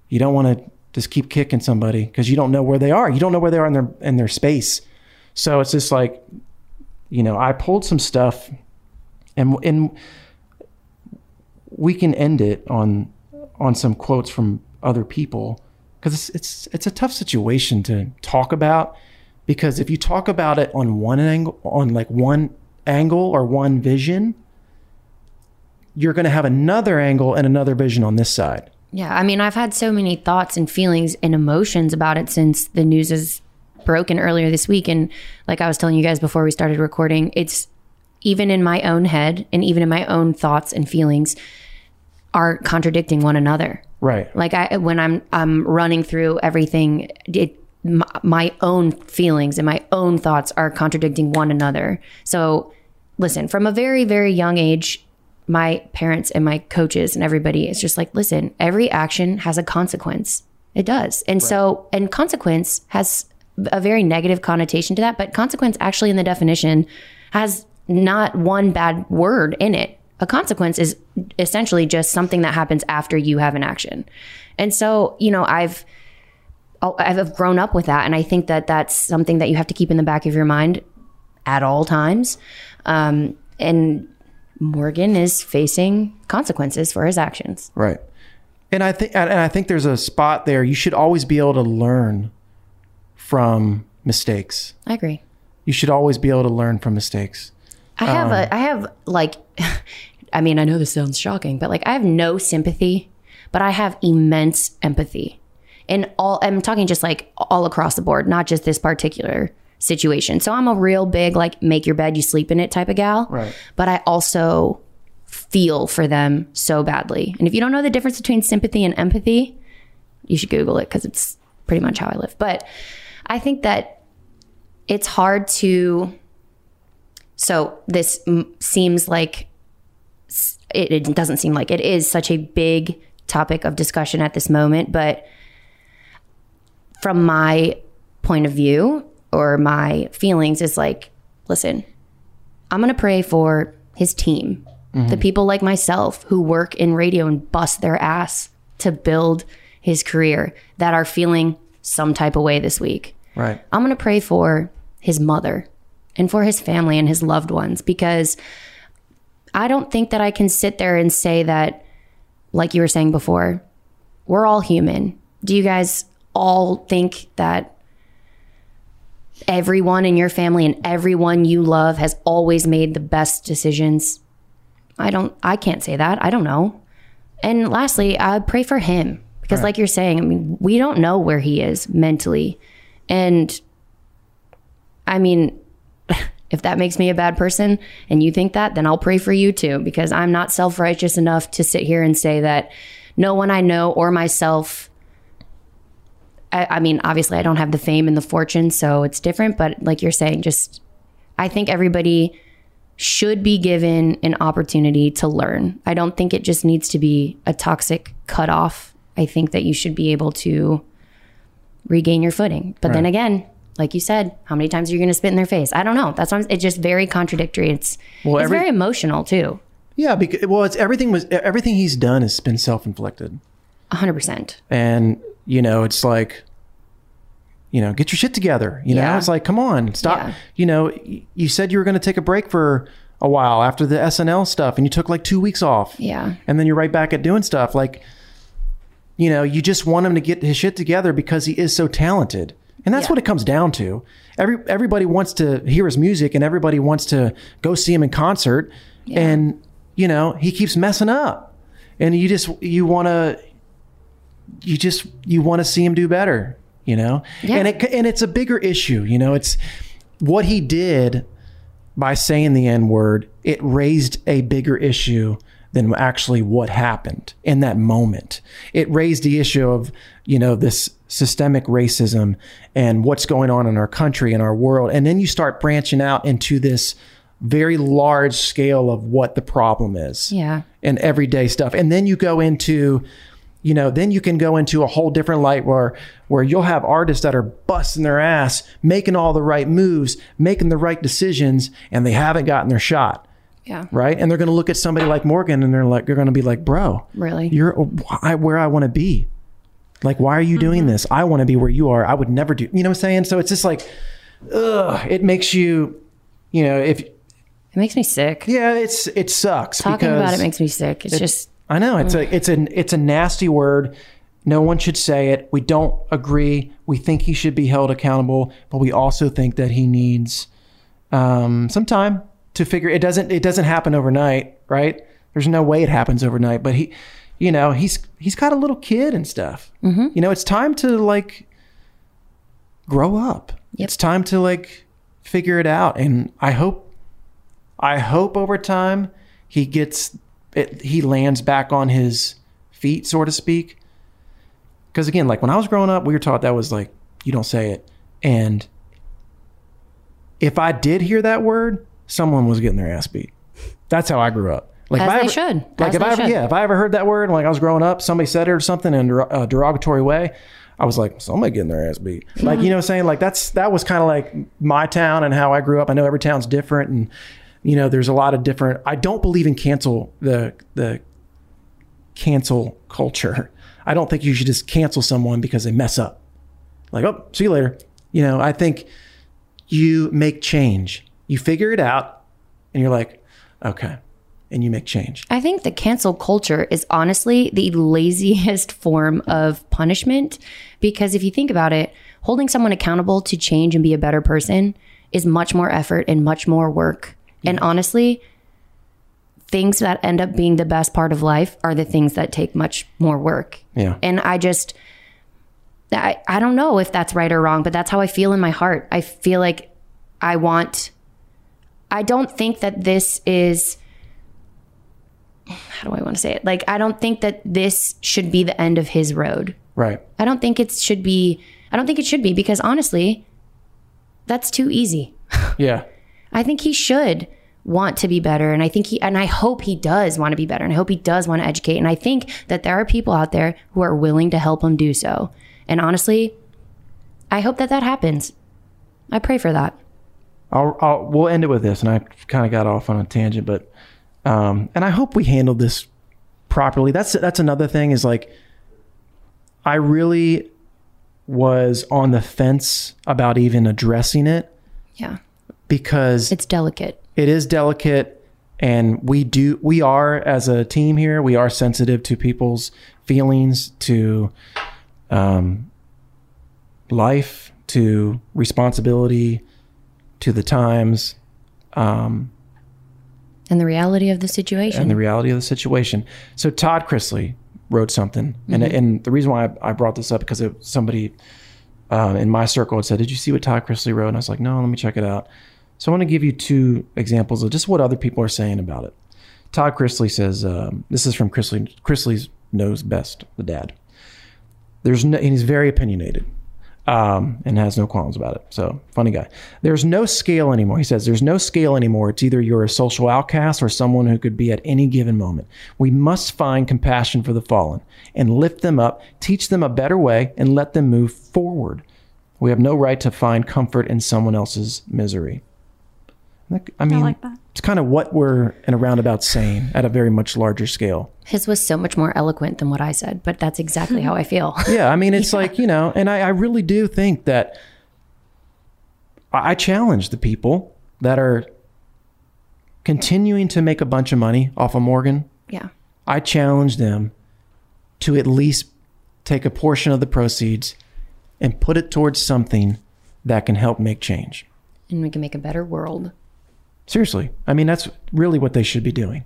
D: you don't want to just keep kicking somebody because you don't know where they are. You don't know where they are in their in their space. So it's just like, you know, I pulled some stuff, and and we can end it on on some quotes from other people because it's, it's it's a tough situation to talk about because if you talk about it on one angle on like one angle or one vision you're going to have another angle and another vision on this side
G: Yeah, I mean, I've had so many thoughts and feelings and emotions about it since the news is broken earlier this week. And like I was telling you guys before we started recording, it's even in my own head and even in my own thoughts and feelings are contradicting one another.
D: right
G: Like I, when I'm I'm running through everything, it my, my own feelings and my own thoughts are contradicting one another. So, listen, from a very very young age, my parents and my coaches and everybody is just like, listen, every action has a consequence. It does, and so and consequence has a very negative connotation to that, but consequence actually in the definition has not one bad word in it. A consequence is essentially just something that happens after you have an action. And so, you know, I've I've grown up with that and I think that that's something that you have to keep in the back of your mind at all times. Um, and Morgan is facing consequences for his actions.
D: Right. And I think and and I think there's a spot there. You should always be able to learn from mistakes.
G: I agree.
D: You should always be able to learn from mistakes.
G: I have
D: Um,
G: a uh, I have like I mean, I know this sounds shocking, but like I have no sympathy, but I have immense empathy. And all I'm talking just like all across the board, not just this particular situation. So I'm a real big like make your bed, you sleep in it type of gal.
D: Right.
G: But I also feel for them so badly. And if you don't know the difference between sympathy and empathy, you should Google it because it's pretty much how I live. But I think that it's hard to. So this m- seems like s- it, it doesn't seem like it is such a big topic of discussion at this moment, but from my point of view or my feelings is like, listen, I'm going to pray for his team,
E: Mhm.
G: the people like myself who work in radio and bust their ass to build his career that are feeling some type of way this week.
D: Right.
G: I'm going to pray for his mother and for his family and his loved ones because I don't think that I can sit there and say that, like you were saying before, we're all human. Do you guys all think that everyone in your family and everyone you love has always made the best decisions? I don't, I can't say that. I don't know. And lastly, I pray for him because,
E: Right.
G: like you're saying, I mean, we don't know where he is mentally. And I mean, if that makes me a bad person and you think that, then I'll pray for you too, because I'm not self righteous enough to sit here and say that no one I know or myself. I, I mean, obviously, I don't have the fame and the fortune, so it's different. But like you're saying, just I think everybody should be given an opportunity to learn. I don't think it just needs to be a toxic cutoff. I think that you should be able to regain your footing. But then
E: Right.
G: again, like you said, how many times are you going to spit in their face? I don't know. That's what I'm, it's just very contradictory. It's
D: Well,
G: it's
D: every-
G: very emotional too.
D: Yeah, because well, it's everything was everything he's done has been self-inflicted.
G: 100%.
D: And you know, it's like you know, get your shit together, you know?
G: Yeah.
D: It's like, come on, stop. You know, y- you said you were going to take a break for a while after the SNL stuff and you took like 2 weeks off.
G: Yeah.
D: and then you're right back at doing stuff like you know you just want him to get his shit together because he is so talented and that's what it comes down to every everybody wants to hear his music and everybody wants to go see him in concert and you know he keeps messing up and you just you want to you just you want to see him do better you know and it and it's a bigger issue you know it's what he did by saying the N word, it raised a bigger issue than actually what happened in that moment. It raised the issue of, you know, this systemic racism and what's going on in our country and our world. And then you start branching out into this very large scale of what the problem is
G: Yeah.
D: and everyday stuff. And then you go into you know, then you can go into a whole different light where where you'll have artists that are busting their ass, making all the right moves, making the right decisions, and they haven't gotten their shot.
G: Yeah.
D: Right. And they're going to look at somebody like Morgan and they're like, they're going to be like, bro,
G: Really?
D: you're wh- I- where I want to be. Like, why are you doing
G: Mm-hmm.
D: this? I want to be where you are. I would never do, you know what I'm saying? So it's just like, ugh, it makes you, you know, if it
G: makes me sick.
D: Yeah. It's, it sucks.
G: Talking about
D: because
G: it makes me sick. It's
D: it-
G: just
D: I know it's a, it's an, it's a nasty word. No one should say it. We don't agree. We think he should be held accountable, but we also think that he needs, um, some time to figure it doesn't it doesn't happen overnight right there's no way it happens overnight but he you know he's he's got a little kid and stuff you know it's time to like grow up it's time to like figure it out and i hope i hope over time he gets it he lands back on his feet so to speak because again like when i was growing up we were taught that was like you don't say it and if I did hear that word, someone was getting their ass beat. That's how I grew up. Like
G: As
D: if I
G: they
D: ever,
G: should.
D: Like
G: As
D: if
G: they
D: I ever,
G: should.
D: yeah, if I ever heard that word, like I was growing up, somebody said it or something in a derogatory way, I was like, somebody getting their ass beat. Like you know, what I'm saying like that's that was kind of like my town and how I grew up. I know every town's different, and you know, there's a lot of different. I don't believe in cancel the the cancel culture. I don't think you should just cancel someone because they mess up. Like, oh, see you later. You know, I think you make change. You figure it out and you're like, okay. And you make change.
G: I think the cancel culture is honestly the laziest form of punishment because if you think about it, holding someone accountable to change and be a better person is much more effort and much more work. And honestly, things that end up being the best part of life are the things that take much more work.
D: Yeah.
G: And I just, I, I don't know if that's right or wrong, but that's how I feel in my heart. I feel like I want, I don't think that this is, how do I want to say it? Like, I don't think that this should be the end of his road.
D: Right.
G: I don't think it should be, I don't think it should be because honestly, that's too easy.
D: Yeah.
G: I think he should want to be better. And I think he, and I hope he does want to be better. And I hope he does want to educate. And I think that there are people out there who are willing to help him do so. And honestly, I hope that that happens. I pray for that.
D: I'll, I'll we'll end it with this, and I kind of got off on a tangent, but um, and I hope we handled this properly. That's that's another thing is like I really was on the fence about even addressing it.
G: Yeah.
D: Because
G: it's delicate.
D: It is delicate and we do we are as a team here, we are sensitive to people's feelings, to um life, to responsibility, to the times. Um
G: And the reality of the situation.
D: and the reality of the situation. So Todd Chrisley wrote something, and
G: Mhm.
D: and the reason why I, I brought this up because it, somebody um, in my circle had said, "Did you see what Todd Chrisley wrote?" And I was like, "No, let me check it out." So I want to give you two examples of just what other people are saying about it. Todd Chrisley says, um, "This is from Chrisley. Chrisley's knows best, the dad. There's no, and he's very opinionated." Um, and has no qualms about it. So funny guy. There's no scale anymore. He says there's no scale anymore. It's either you're a social outcast or someone who could be at any given moment. We must find compassion for the fallen and lift them up, teach them a better way, and let them move forward. We have no right to find comfort in someone else's misery. That- I mean,
G: like
D: it's kind of what we're in a roundabout saying at a very much larger scale.
G: His was so much more eloquent than what I said, but that's exactly how I feel.
D: Yeah, I mean, it's like, you know, and I, I really do think that I I challenge the people that are continuing to make a bunch of money off of Morgan.
G: Yeah.
D: I challenge them to at least take a portion of the proceeds and put it towards something that can help make change.
G: And we can make a better world.
D: Seriously. I mean, that's really what they should be doing.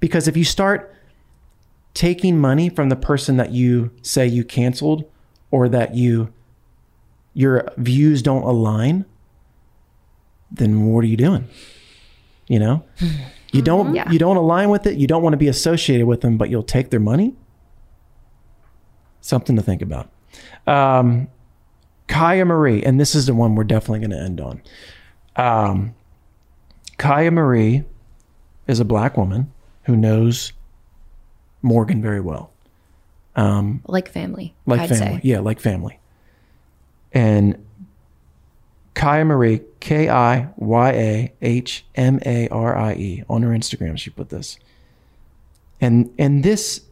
D: Because if you start taking money from the person that you say you canceled or that you your views don't align, then what are you doing? You know? You don't
G: Yeah.
D: you don't align with it, you don't want to be associated with them, but you'll take their money? Something to think about. Um Kaya Marie, and this is the one we're definitely going to end on. Um, Kaya Marie is a black woman who knows Morgan very well. Um,
G: Like family,
D: like
G: I'd
D: family.
G: say.
D: Yeah, like family. And Kaya Marie, K I Y A H M A R I E, on her Instagram, she put this. And and this,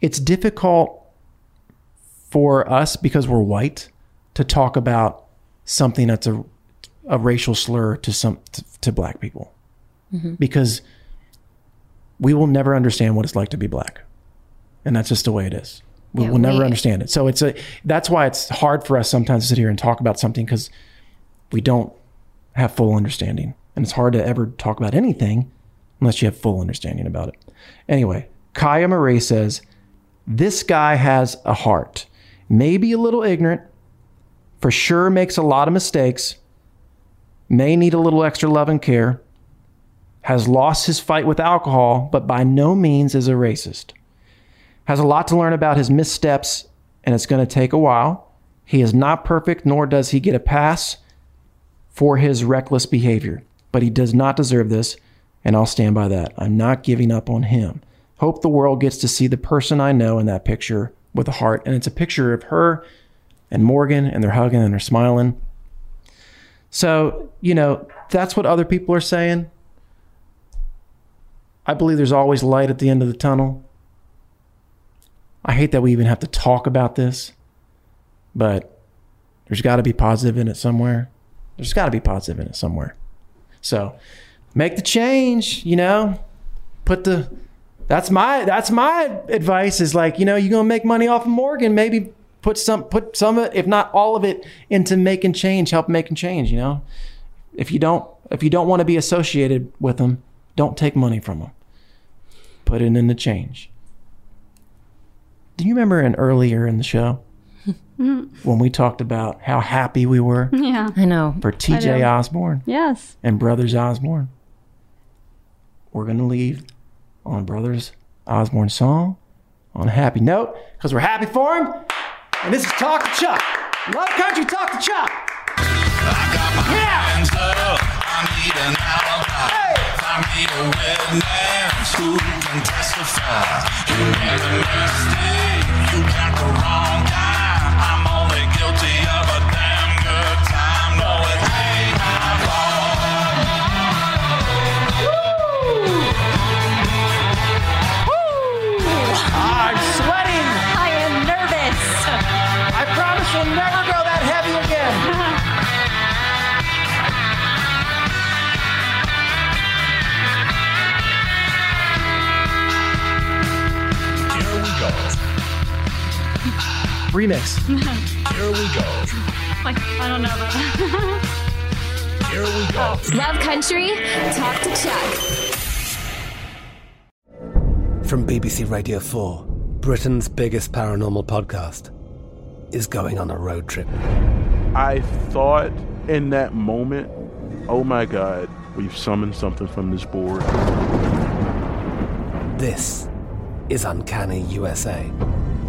D: it's difficult for us because we're white to talk about something that's a a racial slur to some to, to black people
H: Mhm.
D: because we will never understand what it's like to be black and that's just the way it is we
H: Yeah,
D: will never
H: we-
D: understand it so it's a that's why it's hard for us sometimes to sit here and talk about something because we don't have full understanding and it's hard to ever talk about anything unless you have full understanding about it anyway kaya marie says this guy has a heart maybe a little ignorant for sure makes a lot of mistakes may need a little extra love and care has lost his fight with alcohol, but by no means is a racist. Has a lot to learn about his missteps, and it's going to take a while. He is not perfect, nor does he get a pass for his reckless behavior, but he does not deserve this, and I'll stand by that. I'm not giving up on him. Hope the world gets to see the person I know in that picture with a heart, and it's a picture of her and Morgan, and they're hugging and they're smiling. So, you know, that's what other people are saying. I believe there's always light at the end of the tunnel. I hate that we even have to talk about this, but there's got to be positive in it somewhere. There's got to be positive in it somewhere. So make the change, you know? Put the that's my that's my advice is like, you know, you're going to make money off of Morgan, maybe put some put some of- if not all of it into making change, help making change, you know? If you don't if you don't want to be associated with them, don't take money from them. Put it into change. Do you remember an earlier in the show
F: Mm,
D: when we talked about how happy we were
F: yeah.
G: I know.
D: for
F: I
D: TJ
F: do.
D: Osborne
F: Yes.
D: and Brothers Osborne? We're gonna leave on Brothers Osborne song on a happy note because we're happy for him. And this is Talk to Chuck. Love Country Talk to Chuck.
H: Hands up, I need an alibi. Find me a witness who can testify. You made a mistake, you got the wrong guy. I'm only guilty of a damn good time. No, it ain't my
D: I'm sweating.
H: I am nervous.
D: I promise you'll never go that heavy again.
H: Here we go.
D: Remix.
H: Here we go.
F: Like, I don't know about that.
H: Here we go.
E: Love Country, talk to Chuck.
L: From BBC Radio 4, Britain's biggest paranormal podcast is going on a road trip.
M: I thought in that moment, oh my God, we've summoned something from this board.
L: This is Uncanny USA.